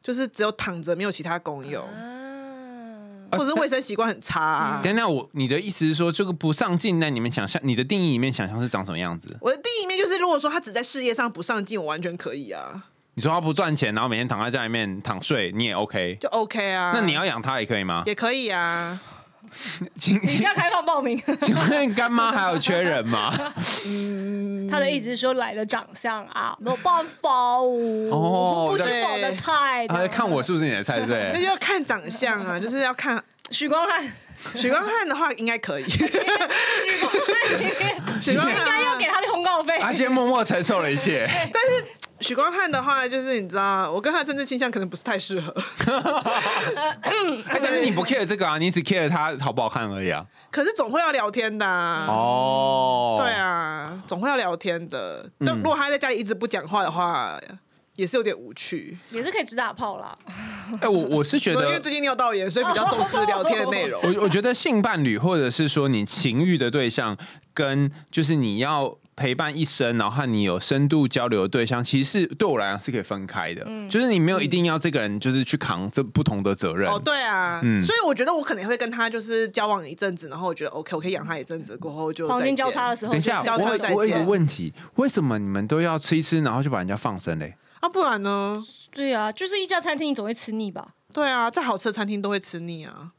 Speaker 4: 就是只有躺着，没有其他功用，
Speaker 3: 啊，
Speaker 4: 或者是卫生习惯很差、啊。
Speaker 2: 等等，我你的意思是说，这个不上进，那你们想象你的定义里面想象是长什么样子？
Speaker 4: 我的第一面就是，如果说他只在事业上不上进，我完全可以啊，
Speaker 2: 你说他不赚钱，然后每天躺在家里面躺睡，你也 OK？
Speaker 4: 就 OK 啊。
Speaker 2: 那你要养他也可以吗？
Speaker 4: 也可 以啊，
Speaker 2: 请
Speaker 3: 你
Speaker 2: 请
Speaker 3: 现在开放报名。
Speaker 2: 请问干妈还有缺人 吗？
Speaker 3: 嗯他的意思是说来了长相啊，没有办法哦，
Speaker 2: 哦
Speaker 3: 不是我的菜。
Speaker 2: 啊，看我是不是你的菜？对不
Speaker 4: 那
Speaker 2: 对，
Speaker 4: 就要看长相啊，就是要看
Speaker 3: 许光汉，
Speaker 4: 许光汉的话应该 可以，
Speaker 3: 许光汉今天
Speaker 4: 许光汉
Speaker 3: 应该要给他的通告费。
Speaker 2: 啊他今天默默承受了一 切。
Speaker 4: 许光汉的话，就是你知道，我跟他的政治倾向可能不是太适合。
Speaker 3: 呃嗯
Speaker 2: 哎但是你不 care 这个啊，你只 care 他好不好看而已啊。
Speaker 4: 可是总会要聊天的、啊，
Speaker 2: 哦，
Speaker 4: 对，啊，总会要聊天的。
Speaker 2: 嗯
Speaker 4: 但如果他在家里一直不讲话的话，也是有点无趣。
Speaker 3: 也是可以直打炮啦，
Speaker 2: 哎，我我是觉
Speaker 4: 因
Speaker 2: 得，哦
Speaker 4: 为最近尿道炎，所以比较重视聊天的内容。
Speaker 2: 我我觉得性伴侣，或者是说你情欲的对象，跟就是你要陪伴一生，然后和你有深度交流的对象，其实是对我来讲是可以分开的。
Speaker 4: 嗯
Speaker 2: 就是你没有一定要这个人就是去扛这不同的责任。
Speaker 4: 哦，对啊，
Speaker 2: 嗯
Speaker 4: 所以我觉得我可能会跟他就是交往一阵子，然后我觉得 OK，我可以养他一阵子，过后就
Speaker 3: 黄
Speaker 4: 再
Speaker 3: 金
Speaker 4: 见
Speaker 3: 交叉的时候
Speaker 2: 等一
Speaker 3: 就这
Speaker 2: 下，
Speaker 3: 样。
Speaker 4: 哦交叉
Speaker 2: 我
Speaker 4: 再见
Speaker 2: 有我有个问题，为什么你们都要吃一吃，然后就把人家放生嘞？
Speaker 4: 啊，不然呢？
Speaker 3: 对啊，就是一家餐厅，你总会吃腻吧？
Speaker 4: 对啊，再好吃的餐厅都会吃腻啊。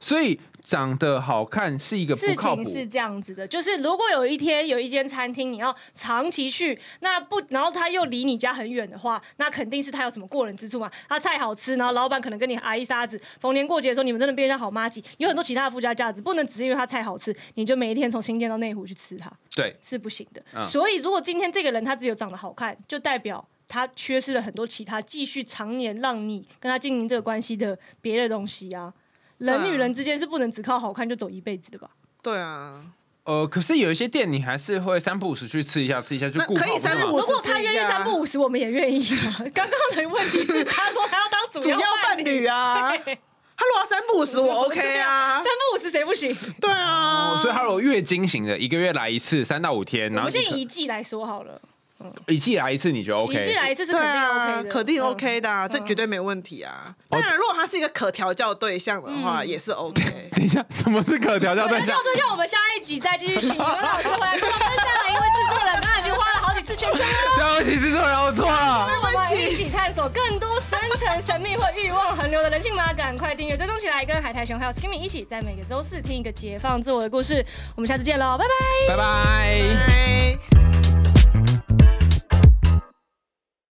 Speaker 2: 所以长得好看是一个不
Speaker 3: 事
Speaker 2: 靠
Speaker 3: 情
Speaker 2: 谱。
Speaker 3: 是这样子的，就是如果有一天有一间餐厅你要长期去，那不然后他又离你家很远的话，那肯定是他有什么过人之处嘛。他菜好吃，然后老板可能跟你挨一沙子。逢年过节的时候，你们真的变成好妈鸡，有很多其他的附加价值，不能只是因为他菜好吃，你就每一天从新店到内湖去吃它
Speaker 2: 对，
Speaker 3: 是不行的。
Speaker 2: 嗯
Speaker 3: 所以如果今天这个人他只有长得好看，就代表。他缺失了很多其他继续常年让你跟他经营这个关系的别的东西啊，人与人之间是不能只靠好看就走一辈子的吧？
Speaker 4: 对啊，
Speaker 2: 呃，可是有一些店你还是会三不五时去吃一下，吃一下就
Speaker 4: 那
Speaker 2: 顾好
Speaker 4: 可以
Speaker 2: 不是
Speaker 4: 三
Speaker 2: 吗
Speaker 4: 不五
Speaker 3: 如
Speaker 4: 时
Speaker 3: 果他
Speaker 4: 啊
Speaker 3: 愿意三不五十，我们也愿意啊。 刚刚的问题是，他说他要当主
Speaker 4: 主要伴
Speaker 3: 伴
Speaker 4: 侣啊，他
Speaker 3: 对
Speaker 4: 如果要三不五时，我 OK 啊
Speaker 3: 三。不五十谁不行？
Speaker 4: 对啊，
Speaker 2: 哦所以它有月经型的，一个月来一次，三到五天，
Speaker 3: 我
Speaker 2: 然后
Speaker 3: 们
Speaker 2: 你
Speaker 3: 先
Speaker 2: 可
Speaker 3: 一季来说好了，
Speaker 2: 一季来一次，你觉得
Speaker 3: 一季
Speaker 2: OK？
Speaker 3: 来一次是
Speaker 4: 对
Speaker 3: 肯定
Speaker 4: 啊
Speaker 3: OK，的，
Speaker 4: 肯定
Speaker 3: 嗯
Speaker 4: OK 的啊，这绝对没问题啊。当然，如果他是一个可调教对象的
Speaker 3: 嗯
Speaker 4: 话， 也是 OK。
Speaker 2: 等一下，什么是可调教对象
Speaker 3: 那廖？队叫我们下一集再继续请你们老师回来跟我们分享了，因为制作人刚刚已经花了好几次圈圈了。
Speaker 2: 对不起，制作人，我错了。
Speaker 3: 让我们一起探索更多深层、神秘或欲望横流的人性吗？赶快订阅、追踪起来，跟海苔熊还有 Skimmy 一起，在每个周四听一个解放自我的故事。我们下次见喽，拜
Speaker 2: 拜
Speaker 3: 拜。
Speaker 2: 拜。
Speaker 4: 拜。